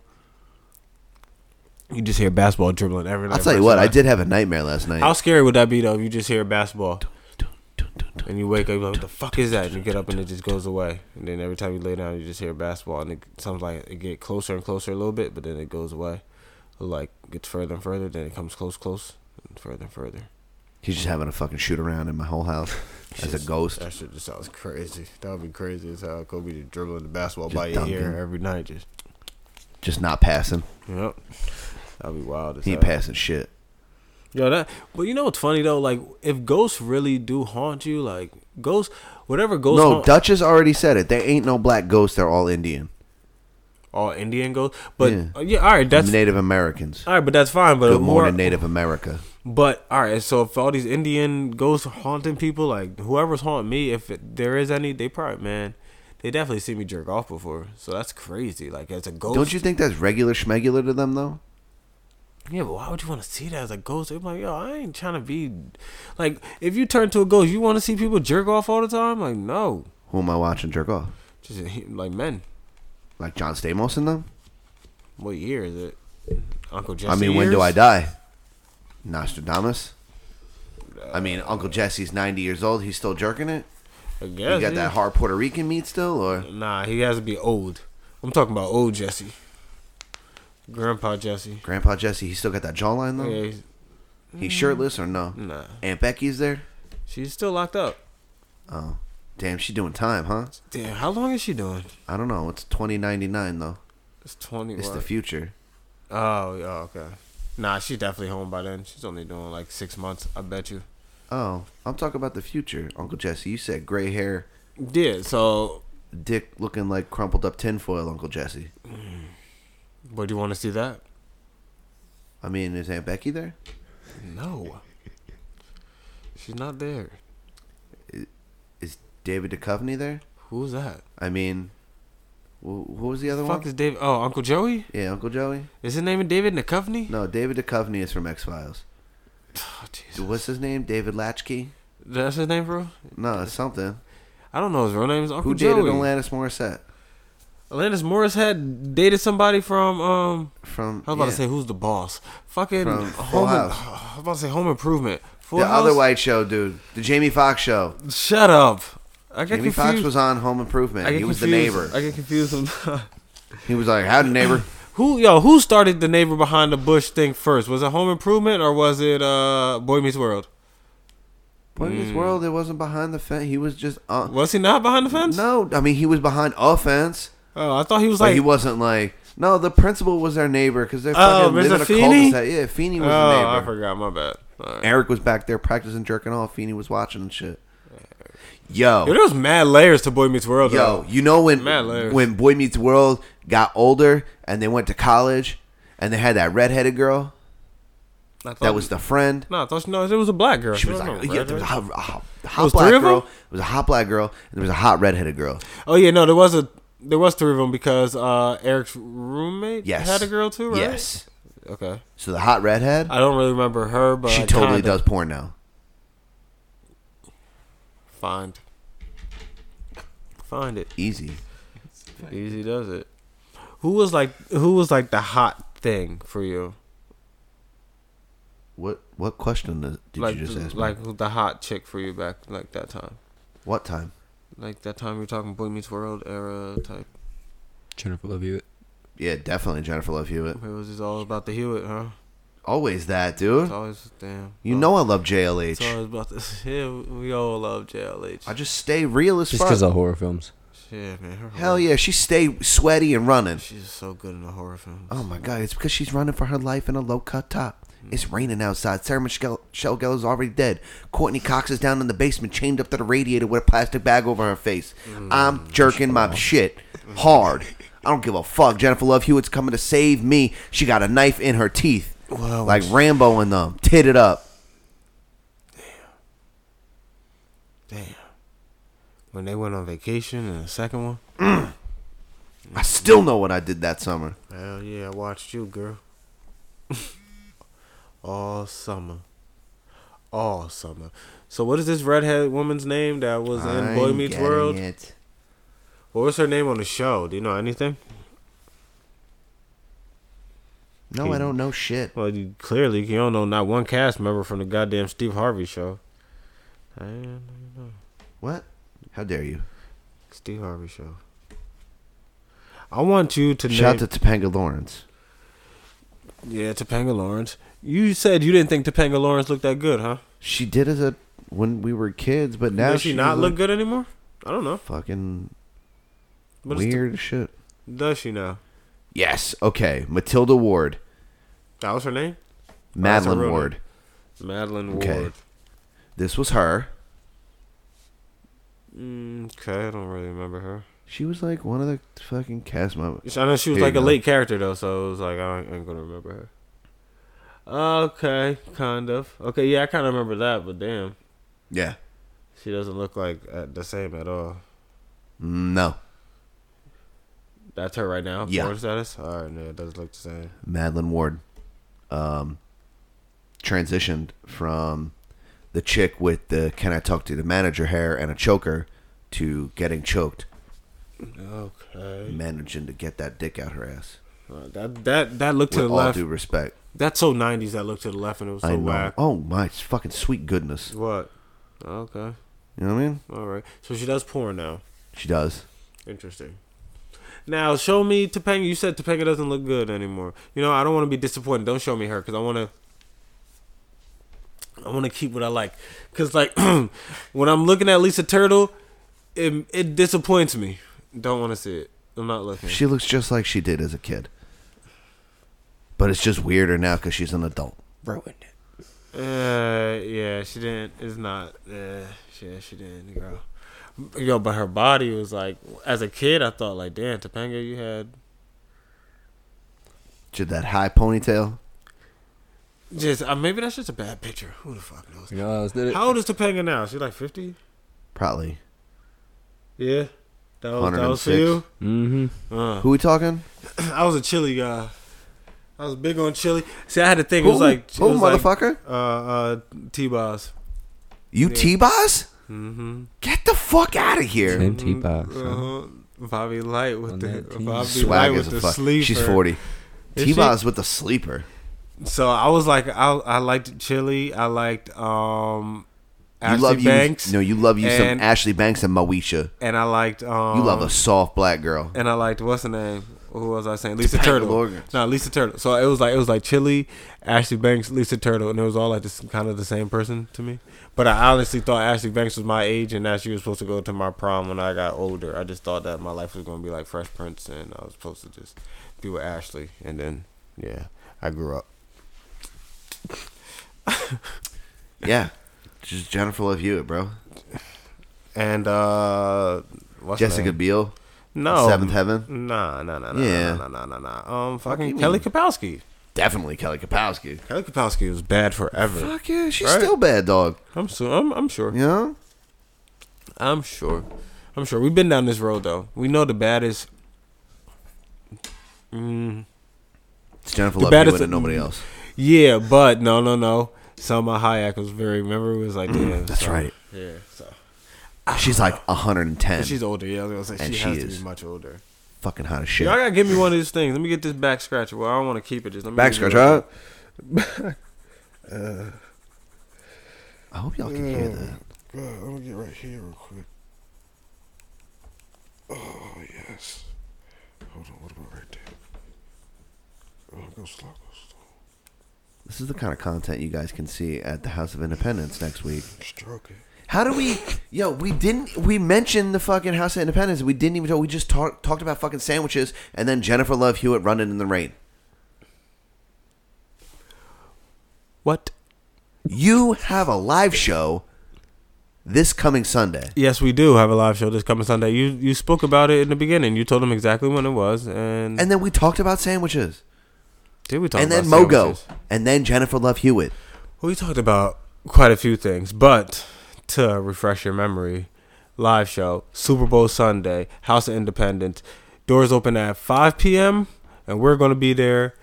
You just hear basketball dribbling every
I'll
night.
tell
for
you
the
what,
rest
I
of your
did have a nightmare last night.
life. How scary would that be though? If you just hear basketball and you wake up, you're like, what the fuck is that? And you get up and it just goes away. And then every time you lay down, you just hear basketball and it sounds like it get closer and closer a little bit, but then it goes away. Like gets further and further, then it comes close, close, and further and further.
He's just having a fucking shoot around in my whole house as a
Shit's-
ghost.
That shit just sounds crazy. That would be crazy as hell. Kobe just dribbling the basketball
Just
by your ear
dunking.
every night. Just
just not passing.
yep. That'd be wild as
He
hell.
ain't passing shit.
Yo, that. But you know what's funny though? Like if ghosts really do haunt you, like ghosts, whatever ghosts.
No,
haunt,
Duchess already said it. There ain't no black ghosts. They're all Indian,
all Indian ghosts. But
Yeah.
yeah, yeah all right, that's Uh,
Native Americans.
all right, but that's fine. But
Good
who are-
morning, Native America.
But all right, so if all these Indian ghosts are haunting people, like whoever's haunting me, if it, there is any, they probably man, they definitely see me jerk off before. So that's crazy. Like as a ghost,
Don't you think that's regular schmegular to them though?
Yeah, but why would you want to see that as a ghost? It's like, yo, I ain't trying to be like if you turn to a ghost, you want to see people jerk off all the time? Like, no,
Who am I watching jerk off?
just like men.
Like John Stamos and them?
What year is it? Uncle Jesse.
I mean, when do I
years?
die? Nostradamus. I mean, Uncle Jesse's 90 years old. He's still jerking it.
I
You
guess.
got
yeah.
that hard Puerto Rican meat still, or
Nah, he has to be old. I'm talking about old Jesse. Grandpa Jesse.
Grandpa Jesse? He still got that jawline though.
Yeah, Mm. he's-
He's shirtless or no?
Nah.
Aunt Becky's there.
she's still locked up.
Oh, damn, she doing time, huh?
Damn, how long is she doing?
I don't know. It's 2099 though.
It's 20.
It's
what?
the future.
Oh, yeah, okay. Nah, she's definitely home by then. She's only doing like six months, I bet you.
Oh, I'm talking about the future, Uncle Jesse. You said gray hair,
Yeah, so,
dick looking like crumpled up tinfoil, Uncle Jesse.
but do you want to see that?
I mean, is Aunt Becky there?
No. She's not there.
Is David Duchovny there?
Who's that?
I mean, wh- who was the other
Fuck
one?
is David? Oh, Uncle Joey?
yeah, Uncle Joey.
Is his name David Nikovny?
No, David Duchovny is from X Files.
Oh, Jesus.
What's his name? David Latchkey?
That's his name, bro?
No, it's something.
I don't know his real name. Is Uncle
Who
Joey.
dated Alanis Morissette?
Alanis Morris had dated somebody from um.
From
I was about to
yeah.
say who's the boss? Fucking
From Full
home.
House.
I was about to say Home Improvement. Full
the
House.
other white show, dude, the Jamie Foxx show.
Shut up. I get
Jamie
confused.
Foxx was on Home
I
Improvement.
get
He was the
confused.
neighbor.
I get confused. sometimes.
He was like, "Howdy, neighbor."
who yo? Who started the neighbor behind the bush thing first? Was it Home Improvement or was it uh Boy Meets World?
Boy Meets World, it wasn't behind the fence. He was just on.
Was he not behind the fence?
No, I mean he was behind a fence,
Oh, I thought he was
but
like.
he wasn't like. No, the principal was their neighbor because they're
Oh,
fucking living
Mr.
in a
Feeney?
cul-de-sac. Yeah, Feeney was the
oh,
neighbor.
I forgot. My bad. All right.
Eric was back there practicing jerking off. Feeney was watching and shit.
Yo,
Yo,
there was mad layers to Boy Meets World. though.
yo, you know when
Mad layers.
when Boy Meets World got older and they went to college and they had that redheaded girl
I thought-
that was the friend.
No, I thought she, no, it was a black girl.
She was
No, no,
like,
red,
yeah, there was a
red.
hot, a hot, a hot
was
black
three of
girl.
them?
There was a hot black girl and there was a hot redheaded girl.
Oh yeah, no, there was a there was three of them because uh, Eric's roommate
Yes,
had a girl too, right?
Yes.
Okay.
So the hot redhead,
I don't really remember her, Uh, but
she
I
totally
kinda
does porn now.
find find it.
Easy.
Easy does it. Who was like who was like the hot thing for you?
What what question does- did
like
you just ask me?
like who the hot chick for you back like that time.
what time?
Like that time you're talking Boy Meets World era type.
Jennifer Love Hewitt.
Yeah, definitely Jennifer Love Hewitt.
It was just all about the Hewitt, huh?
Always that,
It's
dude.
always damn.
You know I love
it's always
JLH.
about this. Yeah, we all love JLH.
I just stay real as
Just
fuck.
because of horror films.
yeah, man. her
Hell yeah, she stay sweaty and running.
She's so good in the horror films.
Oh my god, it's because she's running for her life in a low cut top. It's
Hmm.
raining outside. Sarah Michelle, Michelle Gellar's already dead. Courtney Cox is down in the basement, chained up to the radiator with a plastic bag over her face.
Hmm.
I'm jerking my shit hard. I don't give a fuck. Jennifer Love Hewitt's coming to save me. She got a knife in her teeth,
Wow.
like Rambo in them. Tit it up.
Damn. When they went on vacation and the second one.
I still know what I did that summer.
Hell yeah, I watched you, girl. All summer. All summer. So what is this redhead woman's name that was in Boy
I'm
Meets
getting
World?
it.
What was her name on the show? Do you know anything?
No,
Hmm.
I don't know shit.
Well, you, clearly you don't know not one cast member from the goddamn Steve Harvey show. I-
What? How dare you?
Steve Harvey show. I want you to
Shout
name-
out to Topanga Lawrence.
Yeah, Topanga Lawrence. You said you didn't think Topanga Lawrence looked that good, huh?
She did as a when we were kids, but now
Does she, not look good anymore? I don't know.
fucking
But it's
weird as shit.
the- does she now?
Yes. Okay. Matilda Ward,
That was her name? Oh, that's her
Madeline
real
Ward.
name. Madeline Ward.
Okay.
Okay,
This was her.
mm, 'kay, I don't really remember her.
She was like one of the fucking cast members.
I know she
Here
was
you
like a
go.
late character though, so it was like I ain't, I ain't gonna remember her. Okay, kind of. Okay, yeah, I kind of remember that, but damn,
Yeah.
she doesn't look like uh, the same at all.
No.
That's her right now.
Yeah.
Porn status. All right, no, it does look the same.
Madeline Ward, um, transitioned from the chick with the "Can I talk to the manager?" hair and a choker to getting choked,
Okay.
managing to get that dick out her ass.
Uh, that that that look to
With
the
all
left.
due respect,
That's so '90s. That look to the left and it was so
I know.
whack.
Oh my fucking sweet goodness.
What? Okay.
You know what I mean?
All right. So she does porn now.
She does.
Interesting. Now show me Topanga. You said Topanga doesn't look good anymore. You know I don't want to be disappointed. Don't show me her because I want to. I want to keep what I like. Cause like when I'm looking at Lisa Turtle, it it disappoints me. Don't want to see it. I'm not looking.
She looks just like she did as a kid. But it's just weirder now because she's an adult.
Ruined it.
Uh, yeah, she didn't. It's not. Uh, yeah, she didn't, girl. Yo, but her body was like. As a kid, I thought like, damn, Topanga, you had
She had that high ponytail.
just. Uh, maybe that's just a bad picture. Who the fuck knows?
You know what else did it?
How old is Topanga now? She like fifty.
Probably.
Yeah. That was, that was for
106.
you.
Mm-hmm.
Who we talking?
I was a chili guy. I was big on chili. See, I had to think. It
Who,
was like, it
who,
was like,
motherfucker?
uh, uh, T-Boss.
you T-Boss?
Mm-hmm.
Get the fuck out of here.
And T-Box. huh?
Uh, Bobby Light with
On
the
that team.
Bobby Light
Swag
with
as
the
a fuck.
sleeper.
She's 40.
Is she?
T-Boss with the sleeper.
So I was like, I, I liked chili. I liked um, Ashley
you love
Banks.
you. No, you love you some
and-
Ashley Banks and Moesha.
and I liked um,
You love a soft black girl.
and I liked what's the name? Who was I saying? Lisa
Topanga
Turtle.
Morgan.
No, Lisa Turtle. So it was like it was like Chili, Ashley Banks, Lisa Turtle, and it was all like this kind of the same person to me. But I honestly thought Ashley Banks was my age, and that she was supposed to go to my prom when I got older. I just thought that my life was gonna be like Fresh Prince, and I was supposed to just be with Ashley. And then yeah, I grew up.
Yeah. Just Jennifer Love Hewitt, bro.
And uh, what's her
Jessica
name?
Biel.
No.
Seventh Heaven.
Nah, nah, nah, nah,
Yeah.
nah, nah, nah, nah, nah. Um, fucking
you
Kelly
mean?
Kapowski.
Definitely Kelly Kapowski.
Kelly Kapowski was bad forever.
Fuck yeah, she's
Right.
still bad, dog.
I'm so I'm, I'm sure.
You know?
I'm sure. I'm sure. We've been down this road though. We know the baddest.
It's Jennifer
The
Love
baddest-
Hewitt and nobody else.
Yeah, but no, no, no. Selma Hayek was very. Remember, it was like damn.
Mm, That's
so-
right.
Yeah. So
ah. She's like 110.
she's older. Yeah, I was gonna say
And
she,
she
has to
is.
be much older.
fucking hot as shit.
Y'all gotta give me one of these things. Let me get this back scratcher. Well, I don't want to keep it. Just let me
Back
give you
scratch,
one.
huh? I hope y'all can hear that.
I'm gonna get right here real quick. Oh yes. Hold on. What about right there? Oh, go slow. Go slow.
This is the kind of content you guys can see at the House of Independence next week.
Stroke it.
How do we? Yo, we didn't. We mentioned the fucking House of Independence. We didn't even. Talk, we just talk, talked about fucking sandwiches and then Jennifer Love Hewitt running in the rain.
What?
You have a live show this coming Sunday.
Yes, we do have a live show this coming Sunday. You you spoke about it in the beginning. You told them exactly when it was, and,
And then we talked about sandwiches.
did we talk
and then
about
Mogo.
sandwiches?
And then Jennifer Love Hewitt.
We talked about quite a few things, but to refresh your memory, live show, Super Bowl Sunday, House of Independence, doors open at 5 p.m., and we're going to be there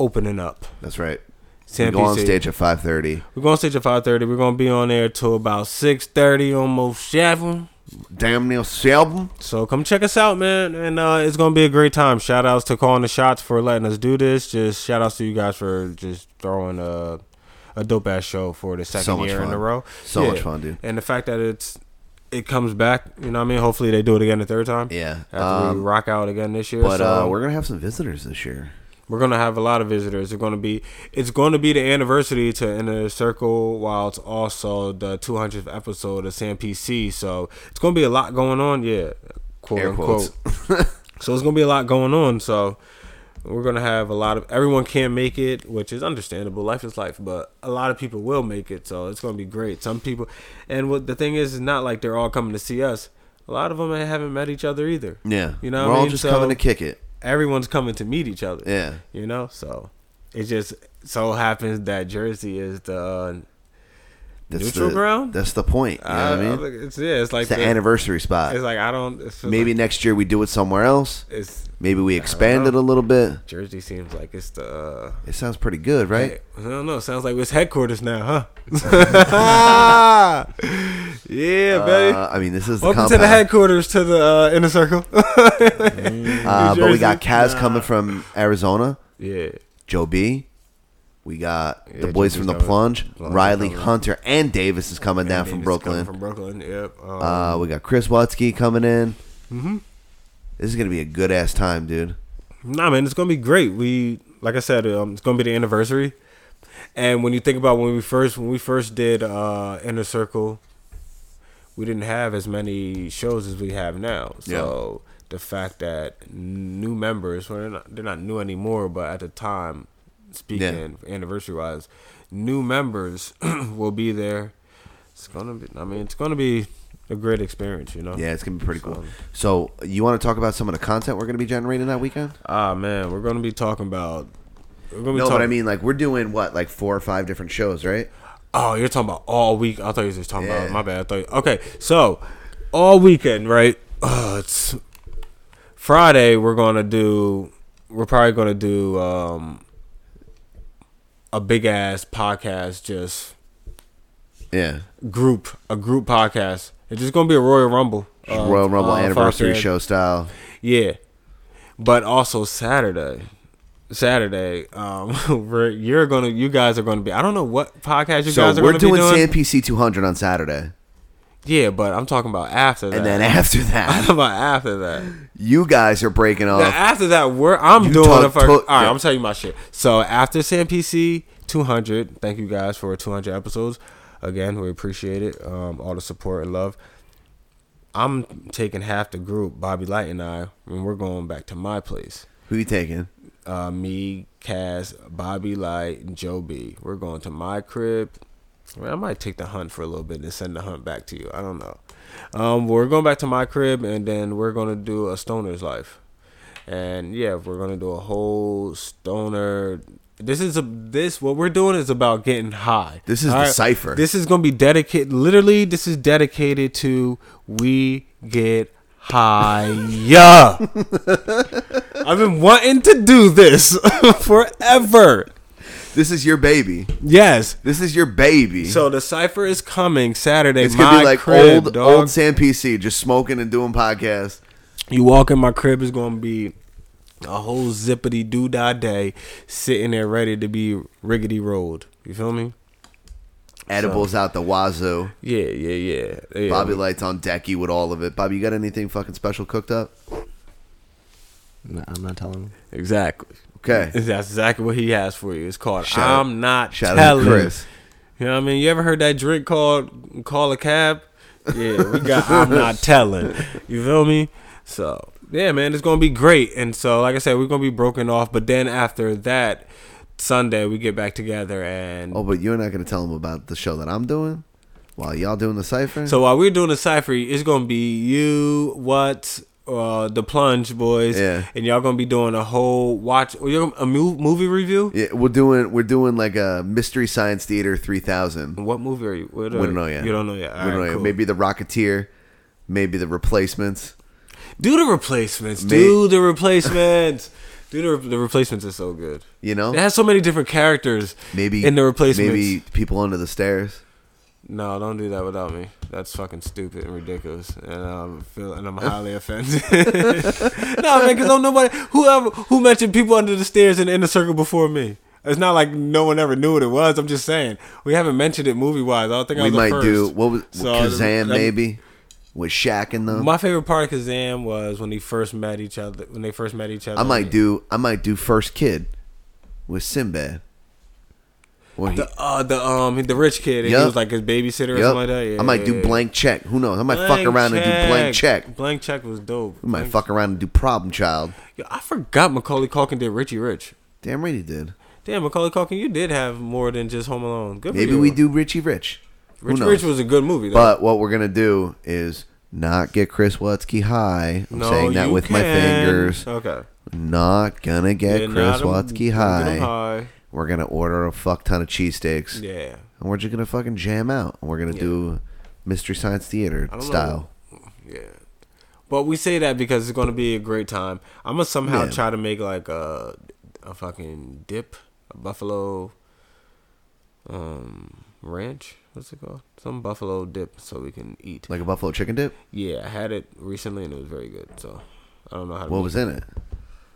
opening up.
That's right. We
Sam
go on
PC.
stage at five thirty.
We're going to stage at 5.30. We're going to be on there till about 6.30, almost 7.
Damn near Selby.
So come check us out, man, and uh, it's gonna be a great time. Shout outs to calling the shots for letting us do this. Just shout outs to you guys for just throwing a a dope ass show for the second
So much
year in
fun.
a row.
So much fun, dude.
And the fact that it's it comes back, you know what I mean. Hopefully they do it again the third time.
Yeah.
after we
Um,
rock out again this year.
But
so
uh, we're gonna have some visitors this year.
we're gonna have a lot of visitors. It's gonna be it's gonna be the anniversary to Inner Circle, while it's also the 200th episode of Sam PC. So it's gonna be a lot going on. Yeah, quote
Air
unquote.
quotes.
so it's gonna be a lot going on. So we're gonna have a lot of everyone can't make it, which is understandable. Life is life, but a lot of people will make it. So it's gonna be great. Some people, and what the thing is, is not like they're all coming to see us. A lot of them haven't met each other either.
Yeah.
you know,
we're
what I
all
mean?
just
So-
coming to kick it.
everyone's coming to meet each other.
Yeah.
You know, so it just so happens that Jersey is the uh,
That's
Neutral
the,
ground?
That's the point. You know
I,
what I mean?
I- it's yeah, it's like
it's the anniversary spot.
It's like I don't it's just
Maybe
like,
next year we do it somewhere else.
it's
Maybe we expand it a little bit.
Jersey seems like it's the uh,
It sounds pretty good, right?
I don't know. Sounds like it's headquarters now, huh? yeah, baby.
Uh, I mean, this is the
Welcome
compound.
to the headquarters to the uh, inner circle.
Uh, but we got
Jersey.
Kaz coming from Arizona.
yeah.
Joe B. We got
Yeah,
the boys
JP's
from the
coming.
plunge.
Plunge
Riley
coming.
Hunter and Davis is coming down from
Davis is coming
Brooklyn.
From Brooklyn, Mm-hmm. yep. Um,
uh, we got Chris Watsky coming in. This is gonna be a good ass time, dude.
Nah, man, it's gonna be great. We, like I said, um, it's gonna be the anniversary. And when you think about when we first when we first did uh, Inner Circle, we didn't have as many shows as we have now. So the fact that new members, well, they're not they're not new anymore, but at the time, speaking anniversary wise, new members will be there. It's gonna be. I mean, it's gonna be a great experience. You know.
Yeah, it's gonna be pretty cool.
So-
So, you want to talk about some of the content we're gonna be generating that weekend?
Ah man, we're gonna be talking about. We're gonna be
no,
talking,
but I mean, like, we're doing what, like four or five different shows, right?
Oh, you're talking about all week. I thought you were just talking about
Yeah.
my bad. I thought you, okay, so all weekend, right? Uh, it's Friday. We're gonna do. We're probably gonna do um, a big ass podcast, just
Yeah,
group a group podcast. It's just gonna be a Royal Rumble, uh,
Royal Rumble
uh,
anniversary
fucking-
show style.
Yeah, but also Saturday. Saturday, um, we're, you're gonna, you guys are gonna be. I don't know what podcast you guys
So
are
we're
gonna
doing,
be doing.
San PC 200 on Saturday,
Yeah, but I'm talking about after that.
and then after
I'm
that,
talking about after that.
you guys are breaking
Now,
off.
after that, we're I'm
Uh, You
doing
talk-
a fuck.
talk-
all right,
yeah.
I'm telling you my shit. So after Sam PC 200, thank you guys for 200 episodes. Again, we appreciate it. Um, all the support and love. I'm taking half the group, Bobby Light and I, and we're going back to my place.
Who you taking?
Uh, me, Cass, Bobby Light, and Joe B. We're going to my crib. Man, I might take the hunt for a little bit and send the hunt back to you. I don't know. Um, we're going back to my crib and then we're gonna do a stoner's life. And yeah, we're gonna do a whole stoner. This is a this what we're doing is about getting high.
This is the cipher.
This is gonna be dedicated. Literally, this is dedicated to we get high. Yeah, I've been wanting to do this forever.
This is your baby.
Yes.
This is your baby.
So the cipher is coming Saturday.
it's
my
gonna be like
crib,
old
dog.
old San PC, just smoking and doing podcasts.
You walk in my crib, it's gonna be a whole zippity doo dah day sitting there ready to be riggedy rolled. You feel me?
Edibles out the wazoo.
Yeah, yeah, yeah. yeah.
Bobby Light's on decky with all of it. Bobby, you got anything fucking special cooked up?
No, I'm not telling him.
Exactly.
Okay.
That's exactly what he has for you. It's called
Shout out-
I'm Not
shout out to
Telling.
Chris.
You know what I mean? You ever heard that drink called Call a Cab? Yeah, we got I'm Not Telling. You feel me? So, yeah, man, it's going to be great. And so, like I said, we're going to be broken off. But then after that, Sunday, we get back together and.
Oh, but you're not gonna tell him about the show that I'm doing while y'all doing the cipher.
So while we're doing the cipher, it's gonna be you, what, uh, the plunge boys,
Yeah.
and y'all gonna be doing a whole watch, or you're gonna- a mu- movie review.
yeah, we're doing we're doing like a mystery science theater three thousand.
What movie are you? What
We
are-
don't know yet.
uh, You don't know yet.
We don't
All right,
know yet.
cool.
Maybe the Rocketeer. Maybe the replacements.
do the replacements.
May-
do the replacements. do the re- the replacements is so good.
You know.
It has so many different characters.
Maybe
in the replacements.
Maybe people under the stairs.
No, don't do that without me. That's fucking stupid and ridiculous, and I'm feel and I'm highly offended. no, man, because don't nobody who ever who mentioned people under the stairs in the inner circle before me. It's not like no one ever knew what it was. I'm just saying we haven't mentioned it movie wise. I don't think I
we
was the
might do
first.
what was
So,
Kazam
that-
maybe with Shaq in them.
My favorite part of Kazam was when they first met each other. When they first met each other,
I might do I might do first kid with Sinbad. Or he,
the uh, the um the rich kid. And He
Yup.
was like his babysitter or
Yup.
something like that. Yeah,
I might
yeah,
do
yeah.
blank check. Who knows? I might fuck around and do blank check.
Blank check was dope.
We might
Blank-
fuck around and do problem child.
Yo, I forgot Macaulay Culkin did Richie Rich.
Damn right he did.
Damn, Macaulay Culkin, you did have more than just Home Alone. Good for
Maybe
you.
we do Richie Rich.
Rich
Who knows?
Rich was a good movie, though.
but what we're gonna do is not get Chris Watsky high. I'm saying that
you
with my
can.
fingers.
Okay.
Not gonna get
You're
Chris
not a-
Watsky
you're gonna
high.
high.
We're gonna order a fuck ton of cheesesteaks.
Yeah.
and we're just gonna fucking jam out. And we're gonna do Mystery Science Theater
I don't know.
style.
Yeah. But we say that because it's going to be a great time. I'm going to somehow
Yeah.
try to make like a, a fucking dip, a buffalo um, ranch. What's it called? Some buffalo dip so we can eat.
Like a buffalo chicken dip.
yeah, I had it recently and it was very good. So I don't know how to
What
make
was in it?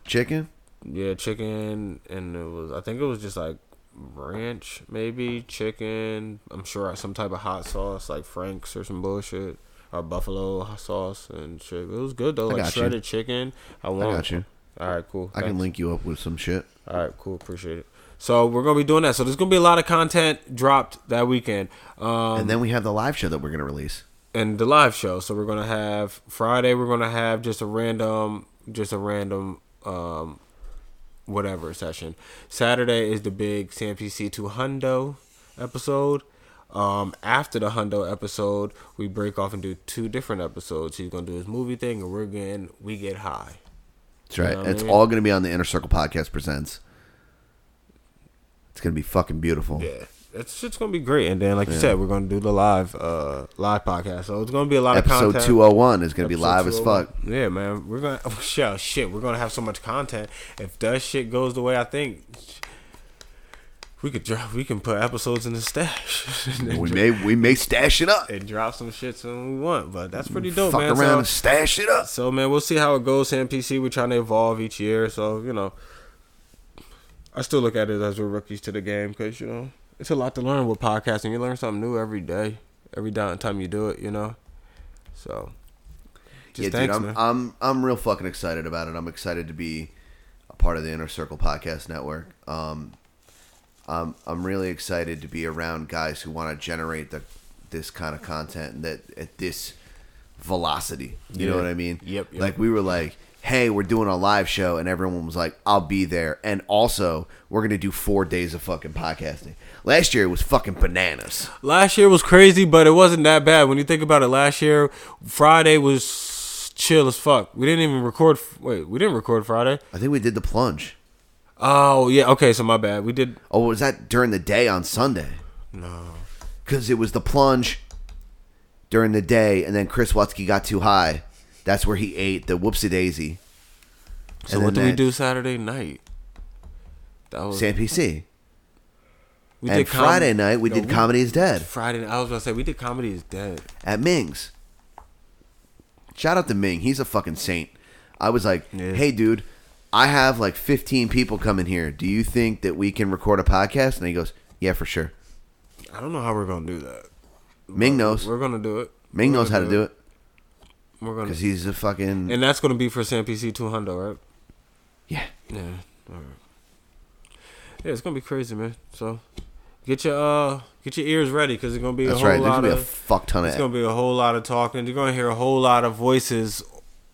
Chicken.
Yeah, chicken, and it was. I think it was just like ranch, maybe chicken. I'm sure some type of hot sauce like Frank's or some bullshit or buffalo hot sauce and shit. It was good though, like
got you.
shredded chicken. I want.
got you.
All right, cool.
I can
Thanks.
link you up with some shit.
All right, cool. Appreciate it. So we're gonna be doing that. So there's gonna be a lot of content dropped that weekend. Um,
and then we have the live show that we're gonna release.
and the live show. So we're gonna have Friday. We're gonna have just a random, just a random, um, whatever session. Saturday is the big CMPC two hundo episode. Um, after the hundo episode, we break off and do two different episodes. He's gonna do his movie thing, and we're getting we get high.
That's right.
know what I
it's
mean?
all gonna be on the Inner Circle Podcast presents. It's gonna be fucking beautiful.
Yeah. It's just gonna be great, and then like you said, we're gonna do the live, uh, live podcast. So it's gonna be a lot of
Episode
content.
two oh one is gonna be
Episode
live as
201.
fuck.
Yeah, man, we're gonna oh, shit, shit. We're gonna have so much content. If that shit goes the way I think, we could drop. We can put episodes in the stash and,
We
dro-
may we may stash it up.
and drop some shit when we want. But that's pretty dope,
Fuck
man.
around
So-
and stash it up.
so man, we'll see how it goes. MPC, we're trying to evolve each year, so you know, I still look at it as we're rookies to the game because you know it's a lot to learn with podcasting. You learn something new every day, every down time you do it. You know, so just
yeah,
thanks,
dude,
man.
I'm, I'm I'm real fucking excited about it. I'm excited to be a part of the Inner Circle Podcast Network. Um, I'm I'm really excited to be around guys who want to generate the this kind of content and that at this velocity. You know
Yeah.
what I mean?
Yep, yep.
Like we were like, hey, we're doing a live show, and everyone was like, I'll be there, and also we're gonna do four days of fucking podcasting. Last year it was fucking bananas.
Last year was crazy, but it wasn't that bad. When you think about it, last year Friday was chill as fuck. We didn't even record. Wait, we didn't record Friday.
I think we did the plunge.
Oh yeah, okay. So my bad. We did.
Oh, was that during the day on Sunday?
No.
because it was the plunge during the day, and then Chris Watsky got too high. That's where he ate the whoopsie daisy.
So
And
what
then
did we
that-
do Saturday night? That was
Sam PC.
we
and
com-
Friday night we
No,
did Comedy is Dead
Friday. I was gonna say we did comedy is dead.
at Ming's. Shout out to Ming. He's a fucking saint. I was like,
Yeah.
hey, dude, I have like 15 people coming here. Do you think that we can record a podcast? And he goes, yeah, for sure.
I don't know how we're gonna do that.
Ming knows.
We're gonna do it.
Ming
We're
knows how to
gonna
do it
We're gonna.
because he's a fucking.
and that's gonna be for Sam PC two hundred, right?
yeah.
Yeah. All right. Yeah, it's gonna be crazy, man. So get your uh get your ears ready because it's gonna be
That's
a whole
right. There's going
lot
to be a
of
fuck ton
it's
of
gonna be a whole lot of talking. You're gonna hear a whole lot of voices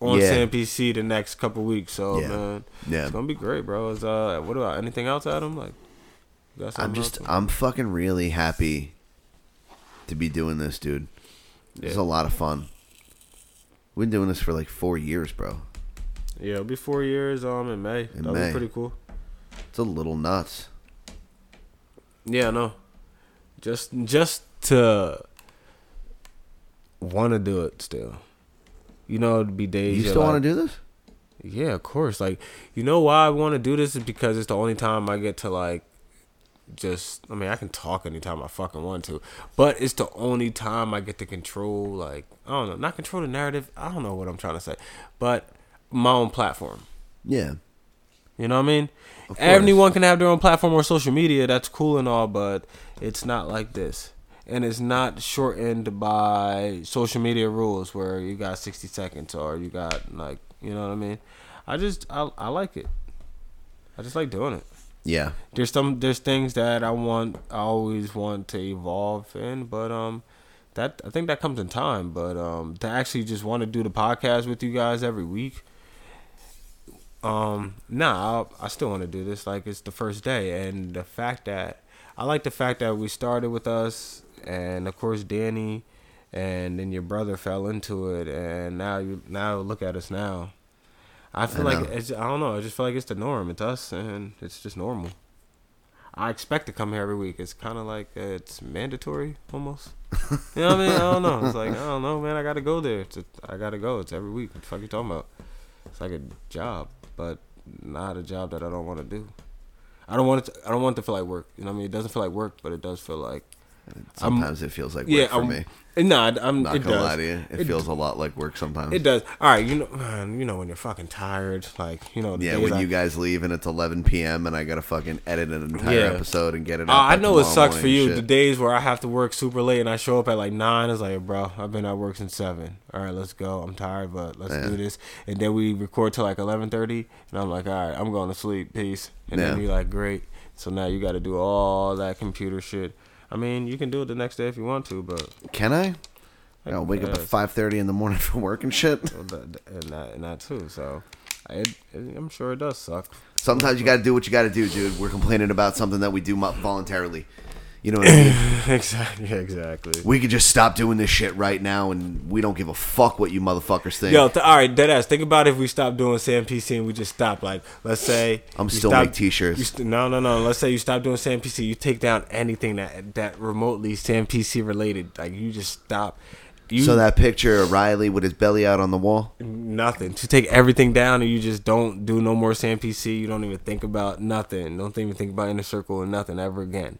on
Yeah.
Sam PC the next couple weeks. So
Yeah.
man,
Yeah.
it's gonna be great, bro. It's, uh, what about anything else, Adam? Like, you got
I'm
something
just
else?
I'm fucking really happy to be doing this, dude. This is a
Yeah.
lot of fun. We've been doing this for like four years, bro.
yeah, it'll be four years um in May.
In
That'll
May.
be pretty cool.
It's a little nuts.
Yeah, no. Just just to want to do it still. You know, it'd be days.
You
you're
still
like,
want to do this?
Yeah, of course. Like, you know why I want to do this is because it's the only time I get to like just I mean, I can talk anytime I fucking want to, but it's the only time I get to control like I don't know, not control the narrative. I don't know what I'm trying to say, but my own platform.
Yeah.
You know what I mean?
Of course.
Everyone can have their own platform or social media. That's cool and all, but it's not like this. And it's not shortened by social media rules where you got 60 seconds or you got, like, you know what I mean? I just, I, I like it. I just like doing it.
Yeah.
There's some, there's things that I want, I always want to evolve in, but, um, that, I think that comes in time, but, um, to actually just want to do the podcast with you guys every week, um nah I, I still want to do this like it's the first day and the fact that i like the fact that we started with us and of course danny and then your brother fell into it and now you now look at us now i feel
I
like
know.
it's i don't know i just feel like it's the norm it's us and it's just normal i expect to come here every week it's kind of like uh, it's mandatory almost you know what i mean i don't know it's like i don't know man i gotta go there it's a, i gotta go it's every week what the fuck you talking about it's like a job, but not a job that I don't want to do. I don't want it. To, I don't want it to feel like work. You know what I mean? It doesn't feel like work, but it does feel like
Sometimes it feels like work
Yeah,
for
I'm-
me.
Nah, I'm
Not
it
gonna
does.
lie to you, it, feels a lot like work sometimes.
It does. All right, you know, man, you know when you're fucking tired, like you know. the
Yeah,
days
when
I-
you guys leave and it's 11 p.m. and I gotta fucking edit an entire
Yeah.
episode and get it.
Uh,
out by
I know it
tomorrow
sucks for
morning
you.
and
The
shit.
days where I have to work super late and I show up at like nine, it's like, bro, I've been at work since seven. All right, let's go. I'm tired, but let's
Yeah.
do this. And then we record till like eleven thirty, and I'm like, all right, I'm going to sleep. Peace. And then
Yeah.
you're like, great. So now you got to do all that computer shit. I mean, you can do it the next day if you want to, but
Can I? I gotta wake up at
guess.
5:30 in the morning for work and shit.
and that, and that too. So, I, it, I'm sure it does suck.
Sometimes you gotta do what you gotta do, dude. We're complaining about something that we do mo- voluntarily. You know what I mean?
exactly. Exactly.
We could just stop doing this shit right now, and we don't give a fuck what you motherfuckers think.
Yo, th- all right, deadass. Think about if we stopped doing Sam PC and we just stopped. Like, let's say
I'm
you
still
stop-
make t-shirts.
you st- no, no, no. Let's say you stop doing Sam PC. You take down anything that that remotely Sam PC related. Like, you just stop. You
so that picture of Riley with his belly out on the wall.
nothing. To take everything down and you just don't do no more Sam PC. You don't even think about nothing. Don't even think about inner circle or nothing ever again.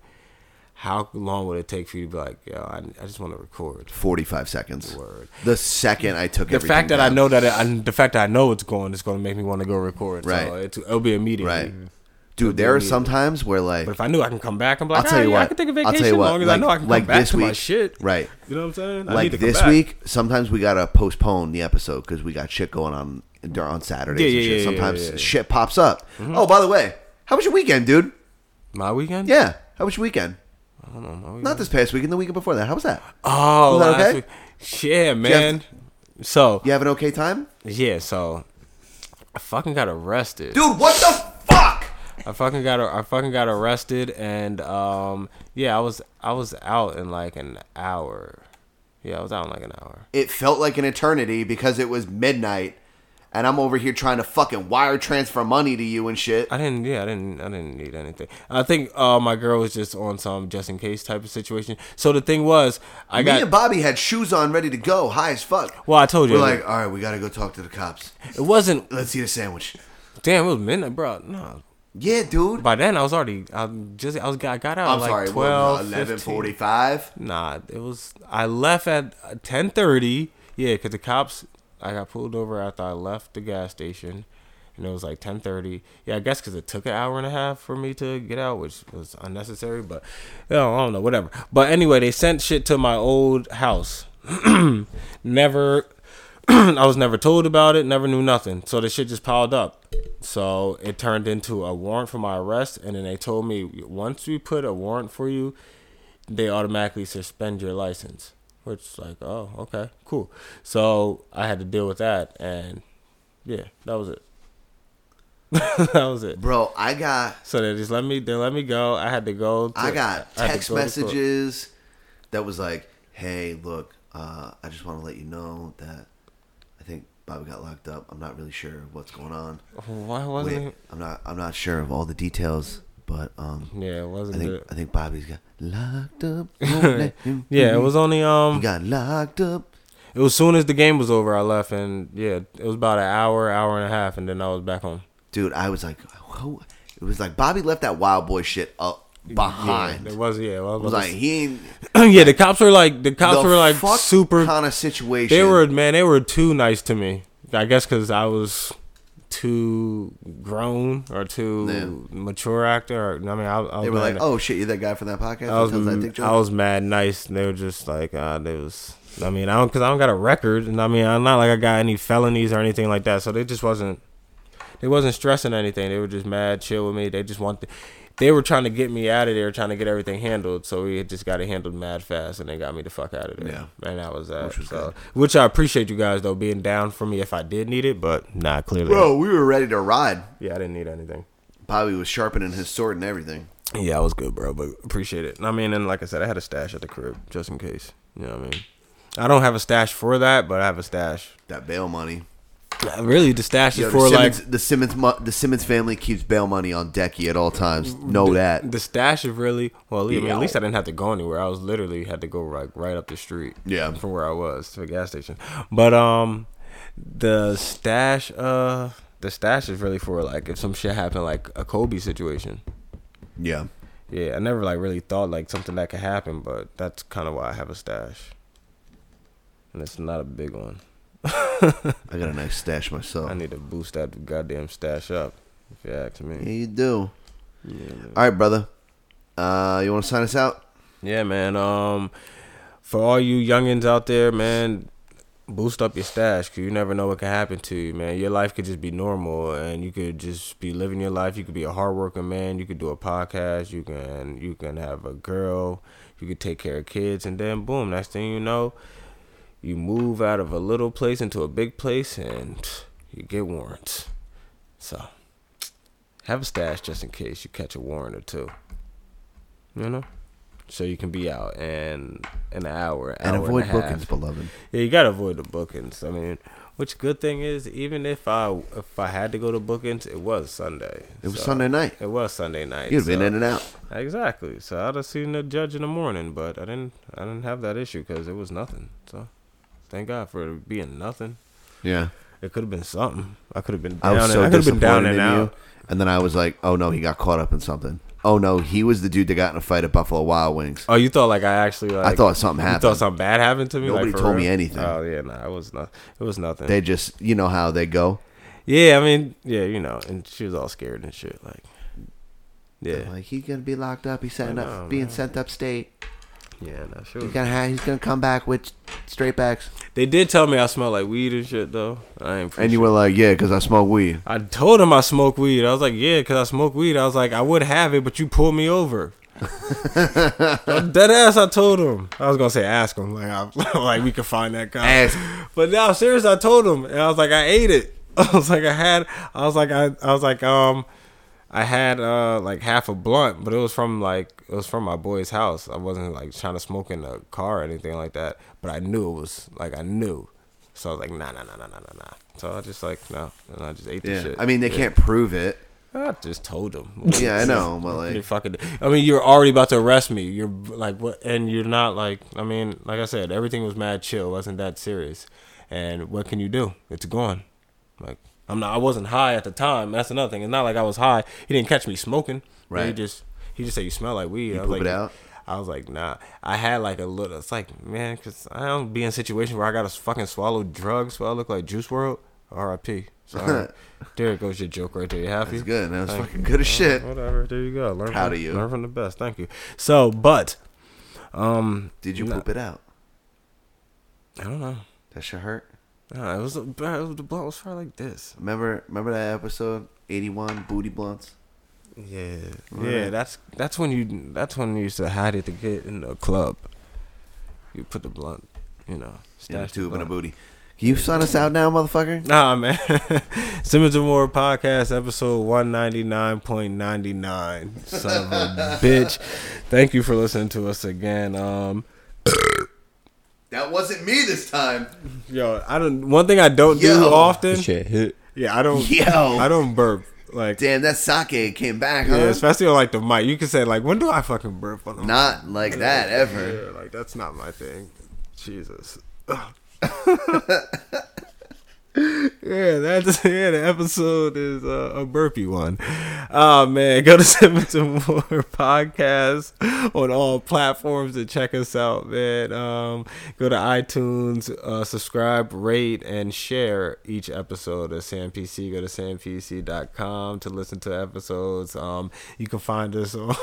How long would it take for you to be like, yo, I, I just want to record?
45 seconds.
Word.
The second I took
the
everything
fact that I
down.
know that it, I, the fact that I know it's going, it's going to make me want to go record.
Right.
So it's, it'll be immediate.
Right. Dude, there are some times where like
But if I knew I can come back, I'm
I'll
like,
tell
"Ah,
you
yeah,
what.
I can take a
I'll tell
vacation
you what,
long as I
like-
know I can
like
come back
this
to my
week-
shit.
right.
You know what I'm saying? I need
like
to come
this
back.
week, sometimes we gotta postpone the episode because we got shit going on dur- on Saturdays.
Yeah,
and
yeah,
shit.
yeah, yeah,
Sometimes
yeah, Mm-hmm. yeah.
shit pops up. Oh, by the way, how was your weekend, dude?
My weekend?
Yeah, how was your weekend?
I don't know. My weekend.
Not this past weekend, the weekend before that. How was that?
Oh,
Was that
last
okay?
week. Yeah, man. So
You have an okay time,
yeah, so I fucking got arrested.
dude? What the fuck?
I fucking got I fucking got arrested, and um, yeah, I was I was out in like an hour. Yeah, I was out in like an hour.
It felt like an eternity because it was midnight, and I'm over here trying to fucking wire transfer money to you and shit.
I didn't. Yeah, I didn't. I didn't need anything. I think uh, my girl was just on some just in case type of situation. So the thing was, I
Me
got.
and Bobby had shoes on, ready to go, high as fuck.
well, I told you,
We're like, all right, we gotta go talk to the cops.
it wasn't.
Let's eat a sandwich.
Damn, it was midnight, bro. No,
Yeah, dude.
by then I was already. I just. I was. I got out.
I'm
at like
sorry,
12,
11,
15.
45.
Nah, it was. I left at ten thirty. Yeah, cause the cops. I got pulled over after I left the gas station, and it was like ten thirty. Yeah, I guess cause it took an hour and a half for me to get out, which was unnecessary. But you know, I don't know, whatever. But anyway, they sent shit to my old house. never. I was never told about it. Never knew nothing. So the shit just piled up. So it turned into a warrant for my arrest, and then they told me once we put a warrant for you, they automatically suspend your license. Which is like, oh, okay, cool. So I had to deal with that, and yeah, that was it. that was it.
Bro, I got
So they just let me. They let me go. I had to go. To,
I got
I had to
text
go to court.
messages that was like, "Hey, look, uh, I just want to let you know that I think Bobby got locked up. I'm not really sure what's going on.
Why wasn't
Wait,
it?
I'm not. I'm not sure of all the details, but um,
Yeah, it
I
wasn't
think
it.
I think Bobby's got locked up. Won't let him
Yeah, it was only
free.
um.
Got locked up.
It was soon as the game was over, I left, and yeah, it was about an hour, hour and a half, and then I was back home.
Dude, I was like, who? It was like Bobby left that wild boy shit up behind.
Yeah, it was yeah. Well,
I was like, he ain't
yeah, the cops were like, the cops
the
were like
fuck
super
kind of situation.
They were man, they were too nice to me. I guess because I was too grown or too mature actor. Or, I mean, I, I was
They were
mad-
like, "Oh shit, you're that guy from that podcast."
I was,
that tells that dick
I
joke?"
was mad nice, and they were just like, uh, they was. I mean, I don't because I don't got a record, and I mean, I'm not like I got any felonies or anything like that. So they just wasn't, they wasn't stressing anything. They were just mad, chill with me. They just want, they were trying to get me out of there, trying to get everything handled. So we just got it handled mad fast, and they got me the fuck out of there.
Yeah.
and that was that.
Which
Which,
was good.
so, which I appreciate you guys though being down for me if I did need it, but nah, clearly,
Bro, we were ready to ride.
yeah, I didn't need anything.
Bobby was sharpening his sword and everything.
Yeah, I was good, bro, but appreciate it. I mean, and like I said, I had a stash at the crib just in case. You know what I mean? I don't have a stash for that, but I have a stash.
That bail money.
Really, the stash
Yo,
is
the,
for like
Simmons, the Simmons, mu- the Simmons family keeps bail money on Decky at all times. Know that.
the stash is really well. I mean, at least I didn't have to go anywhere. I was literally had to go like right up the street.
Yeah.
from where I was to a gas station. But um, the stash uh. The stash is really for like if some shit happened, like a Kobe situation.
yeah.
Yeah, I never like really thought like something that could happen, but that's kind of why I have a stash, and it's not a big one.
I got a nice stash myself.
I need to boost that goddamn stash up, if you ask
Yeah,
me.
you do. All right, brother. Uh, you want to sign us out?
Yeah, man. Um, for all you youngins out there, man, boost up your stash because you never know what can happen to you, man. Your life could just be normal, and you could just be living your life. You could be a hardworking man. You could do a podcast. You can you can have a girl. You could take care of kids, and then boom, next thing you know, you move out of a little place into a big place, and you get warrants. So have a stash just in case you catch a warrant or two. You know. So you can be out in an hour,
And
hour
avoid
and a half.
bookings, beloved.
Yeah, you gotta avoid the bookings. I mean, which good thing is, even if I if I had to go to bookings, it was Sunday.
It was Sunday night.
It was Sunday night.
You'd have been
so-
in and out.
Exactly. So I'd have seen the judge in the morning, but I didn't. I didn't have that issue because it was nothing. So thank God for it being nothing.
Yeah.
It could have been something. I could have been
I
down.
was
and,
so
I could have
disappointed
been down
in
and out.
you. And then I was like, oh no, he got caught up in something. Oh no, he was the dude that got in a fight at Buffalo Wild Wings.
Oh, you thought like I actually like
I thought something
you
happened.
Thought something bad happened to me. like,
Nobody
for
told me
real?
anything.
Oh yeah, nah, it was not. It was nothing.
They just, you know how they go.
Yeah, I mean, yeah, you know, and she was all scared and shit. Like,
They're
yeah,
Like he's gonna be locked up. He's setting
know,
up, being sent upstate.
yeah, no, she
He's
was.
gonna, ha- he's gonna come back with straight backs.
They did tell me I smell like weed and shit though. I ain't.
And you were like, yeah, because I smoke weed.
I told him I smoke weed. I was like, yeah, cause I smoke weed. I was like, I would have it, but you pulled me over. Dead ass. I told him. I was gonna say ask him. Like, I, like we could find that guy.
Ask.
But now, serious, I told him, and I was like, I ate it. I was like, I had. I was like, I. I was like, um, I had uh like half a blunt, but it was from like it was from my boy's house. I wasn't like trying to smoke in the car or anything like that. But I knew it was like I knew. So I was like, nah, nah, nah, nah, nah, nah, nah. So I just like no, and I just ate the
Yeah.
shit.
I mean, they
Yeah.
can't prove it.
I just told him.
Yeah, I know, but
You
like,
fucking. I mean, you're already about to arrest me. You're like what? And you're not like. I mean, like I said, everything was mad chill. wasn't that serious. And what can you do? It's gone. Like I'm not. I wasn't high at the time. That's another thing. It's not like I was high. He didn't catch me smoking. He
Right.
just. He just said you smell like weed. I was
poop
like,
it out?
I was like, nah. I had like a little. It's like, man, cause I don't be in a situation where I gotta fucking swallow drugs, so I look like Juice World. R.I.P. Sorry. there goes your joke right there. You happy?
it's good. That was
Thank
fucking good as shit.
Whatever. There you go. Learn
Proud
from,
of you.
Learn from the best. Thank you. So, but um,
Did you
Nah.
poop it out?
I don't know.
That shit hurt.
Nah, it was it was- the blunt was probably like this.
Remember, remember that episode eighty one booty blunts.
Yeah. Yeah. That's that's when you that's when you used to hide it to get in the club. You put the blunt, you know,
in a
stash the
tube and a
blunt.
booty. Can you sign us out now, motherfucker?
Nah, man. Simmons and Moore podcast episode 199.99. Son of a bitch. Thank you for listening to us again. Um,
That wasn't me this time.
yo, I don't. One thing I don't do
Yo.
often.
Shit hit.
Yeah, I don't.
Yo.
I don't burp. Like,
Damn, that sake came back, huh?
yeah, especially on like the mic. You can say like, when do I fucking burp on the
Not like that ever.
Yeah, like that's not my thing. Jesus. yeah, that's yeah. The episode is uh, a burpee one. Oh man, go to Simmons and More podcast on all platforms and check us out, man. Um, go to iTunes, uh, subscribe, rate, and share each episode of SamPC. Go to sampc.com to listen to episodes. Um, you can find us on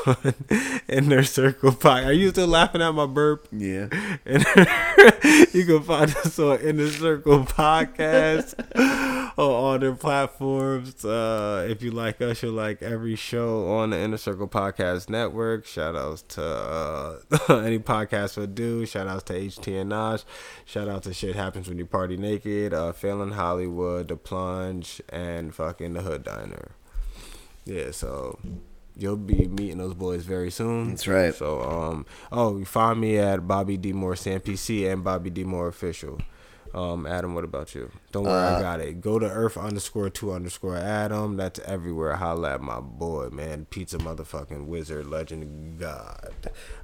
Inner Circle Pod. Are you still laughing at my burp?
Yeah.
And you can find us on Inner Circle Podcast on all their platforms. Uh, if you like us, you'll like every show on the Inner Circle Podcast Network. Shout outs to uh, any podcast would do. Shout outs to HT and Nosh. Shout out to Shit Happens When You Party Naked, uh, Failing Hollywood, The Plunge, and fucking The Hood Diner. Yeah, so you'll be meeting those boys very soon.
That's right.
So um oh you find me at Bobby D Moore Sam PC and Bobby D Moore official. Um Adam, what about you? Don't worry,
Uh,
I got it. Go to Earth underscore two underscore Adam. That's everywhere. Holla at my boy, man. Pizza motherfucking wizard, legend god.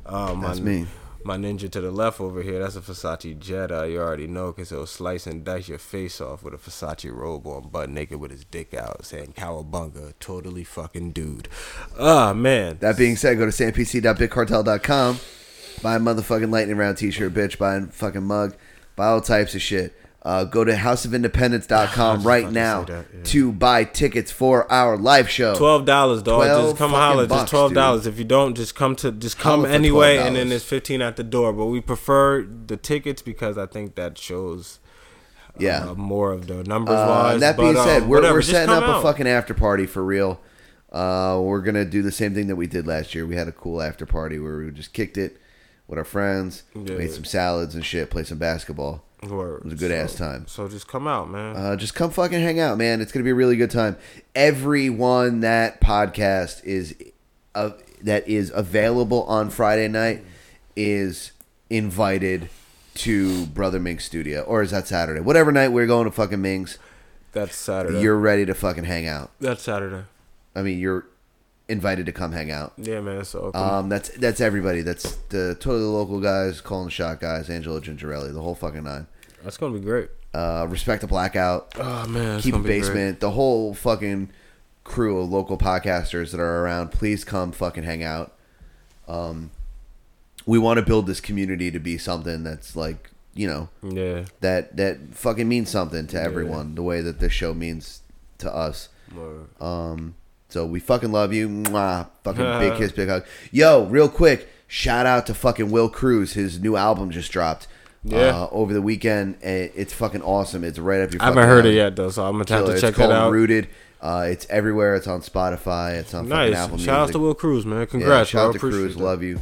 Um
That's me.
My ninja to the left over here, that's a Versace Jedi. You already know, because he'll slice and dice your face off with a Versace robe on, butt naked with his dick out, saying cowabunga, totally fucking dude. Ah, man.
That being said, go to sandpc.bigcartel.com, buy a motherfucking lightning round t-shirt, bitch, buy a fucking mug, buy all types of shit. Uh, go to houseofindependence.com right
about to
now
say that, yeah.
to buy tickets for our live show.
Twelve dollars, dog.
12
just come
Oh. fucking
holler.
bucks,
just twelve dollars. If you don't, just come to just come
Holla for
anyway,
$12.
and then it's fifteen at the door. But we prefer the tickets because I think that shows
Yeah.
uh, more of the numbers
Uh,
wise.
and that being
but, um,
said, we're,
whatever,
we're
just
setting
come
up a
out.
fucking after party for real. Uh, we're gonna do the same thing that we did last year. We had a cool after party where we just kicked it with our friends,
Yeah.
made some salads and shit, played some basketball.
Word.
It was a good
So-
ass time.
So just come out, man.
Uh, just come fucking hang out, man. It's gonna be a really good time. Everyone that podcast is, uh, that is available on Friday night is invited to Brother Ming's studio, or is that Saturday? Whatever night we're going to fucking Ming's,
That's Saturday.
you're ready to fucking hang out.
That's Saturday.
I mean, you're invited to come hang out.
Yeah, man. So
Um, that's that's everybody. That's the totally local guys, Colin Shot guys, Angelo Gingerelli, the whole fucking nine.
that's gonna be great.
Uh, respect the blackout.
Oh man, it's
keep it
gonna be great.
basement. The whole fucking crew of local podcasters that are around. Please come fucking hang out. Um, we want to build this community to be something that's like you know
Yeah.
that that fucking means something to everyone. The way that this show means to us. Um,
Word.
So we fucking love you. Mwah. Fucking big kiss, big hug. Yo, real quick, shout out to fucking Will Cruz. His new album just dropped.
Yeah.
Uh, over the weekend, and it's fucking awesome. It's right up your.
I haven't
fucking
heard it
alley.
yet though, so I'm gonna have
Killer.
to
It's
check that
called
out.
Rooted. Uh, it's everywhere. It's on Spotify. It's on fucking
Nice.
Apple Music.
Shout out to Will Cruz, man.
Yeah,
Congrats,
shout
bro.
out to
Appreciate
Cruz.
that.
Love you.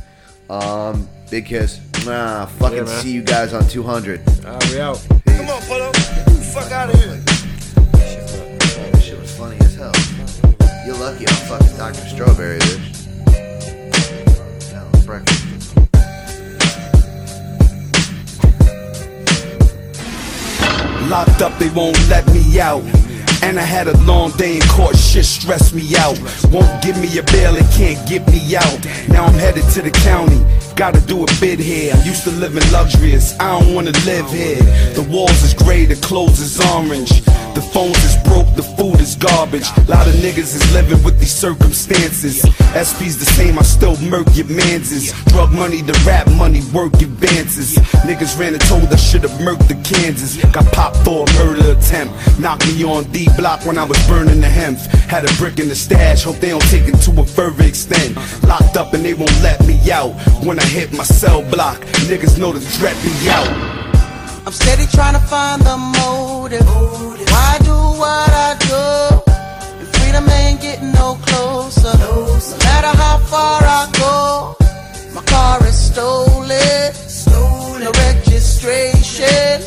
Um, big kiss. Nah, fucking
Yeah, man.
see you guys on 200.
All right, we out.
Come on, pull up. Get the fuck out of here.
That shit was funny as hell. You're lucky I'm fucking Dr. Strawberry, bitch. Now it's breakfast.
Locked up, they won't let me out. And I had a long day in court, shit stressed me out. Won't give me a bail and can't get me out. Now I'm headed to the county, gotta do a bid here. I'm used to living luxurious, I don't wanna live here. The walls is gray, the clothes is orange. The phones is broke, the food is garbage. Lot of niggas is living with these circumstances. SP's the same, I still murk your manses. Drug money to rap money, work advances. Niggas ran and told I should've murked the Kansas. Got popped for a murder attempt. Knocked me on D block when I was burning the hemp. Had a brick in the stash, hope they don't take it to a further extent. Locked up and they won't let me out. When I hit my cell block, niggas know to dread me out.
I'm steady trying to find the motive. Why I do what I do? And freedom ain't getting no closer. No matter how far I go, my car is stolen. No registration.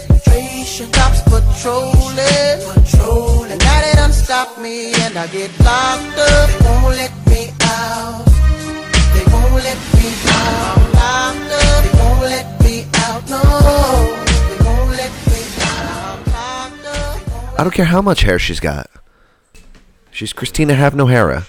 Cops patrolling. And now they done stop me and I get locked up. They won't let me out. They won't let me out. I'm locked up. They won't let me out. No. They won't let me out. I'm locked up.
I don't care how much hair she's got. She's Christina Have No Hera.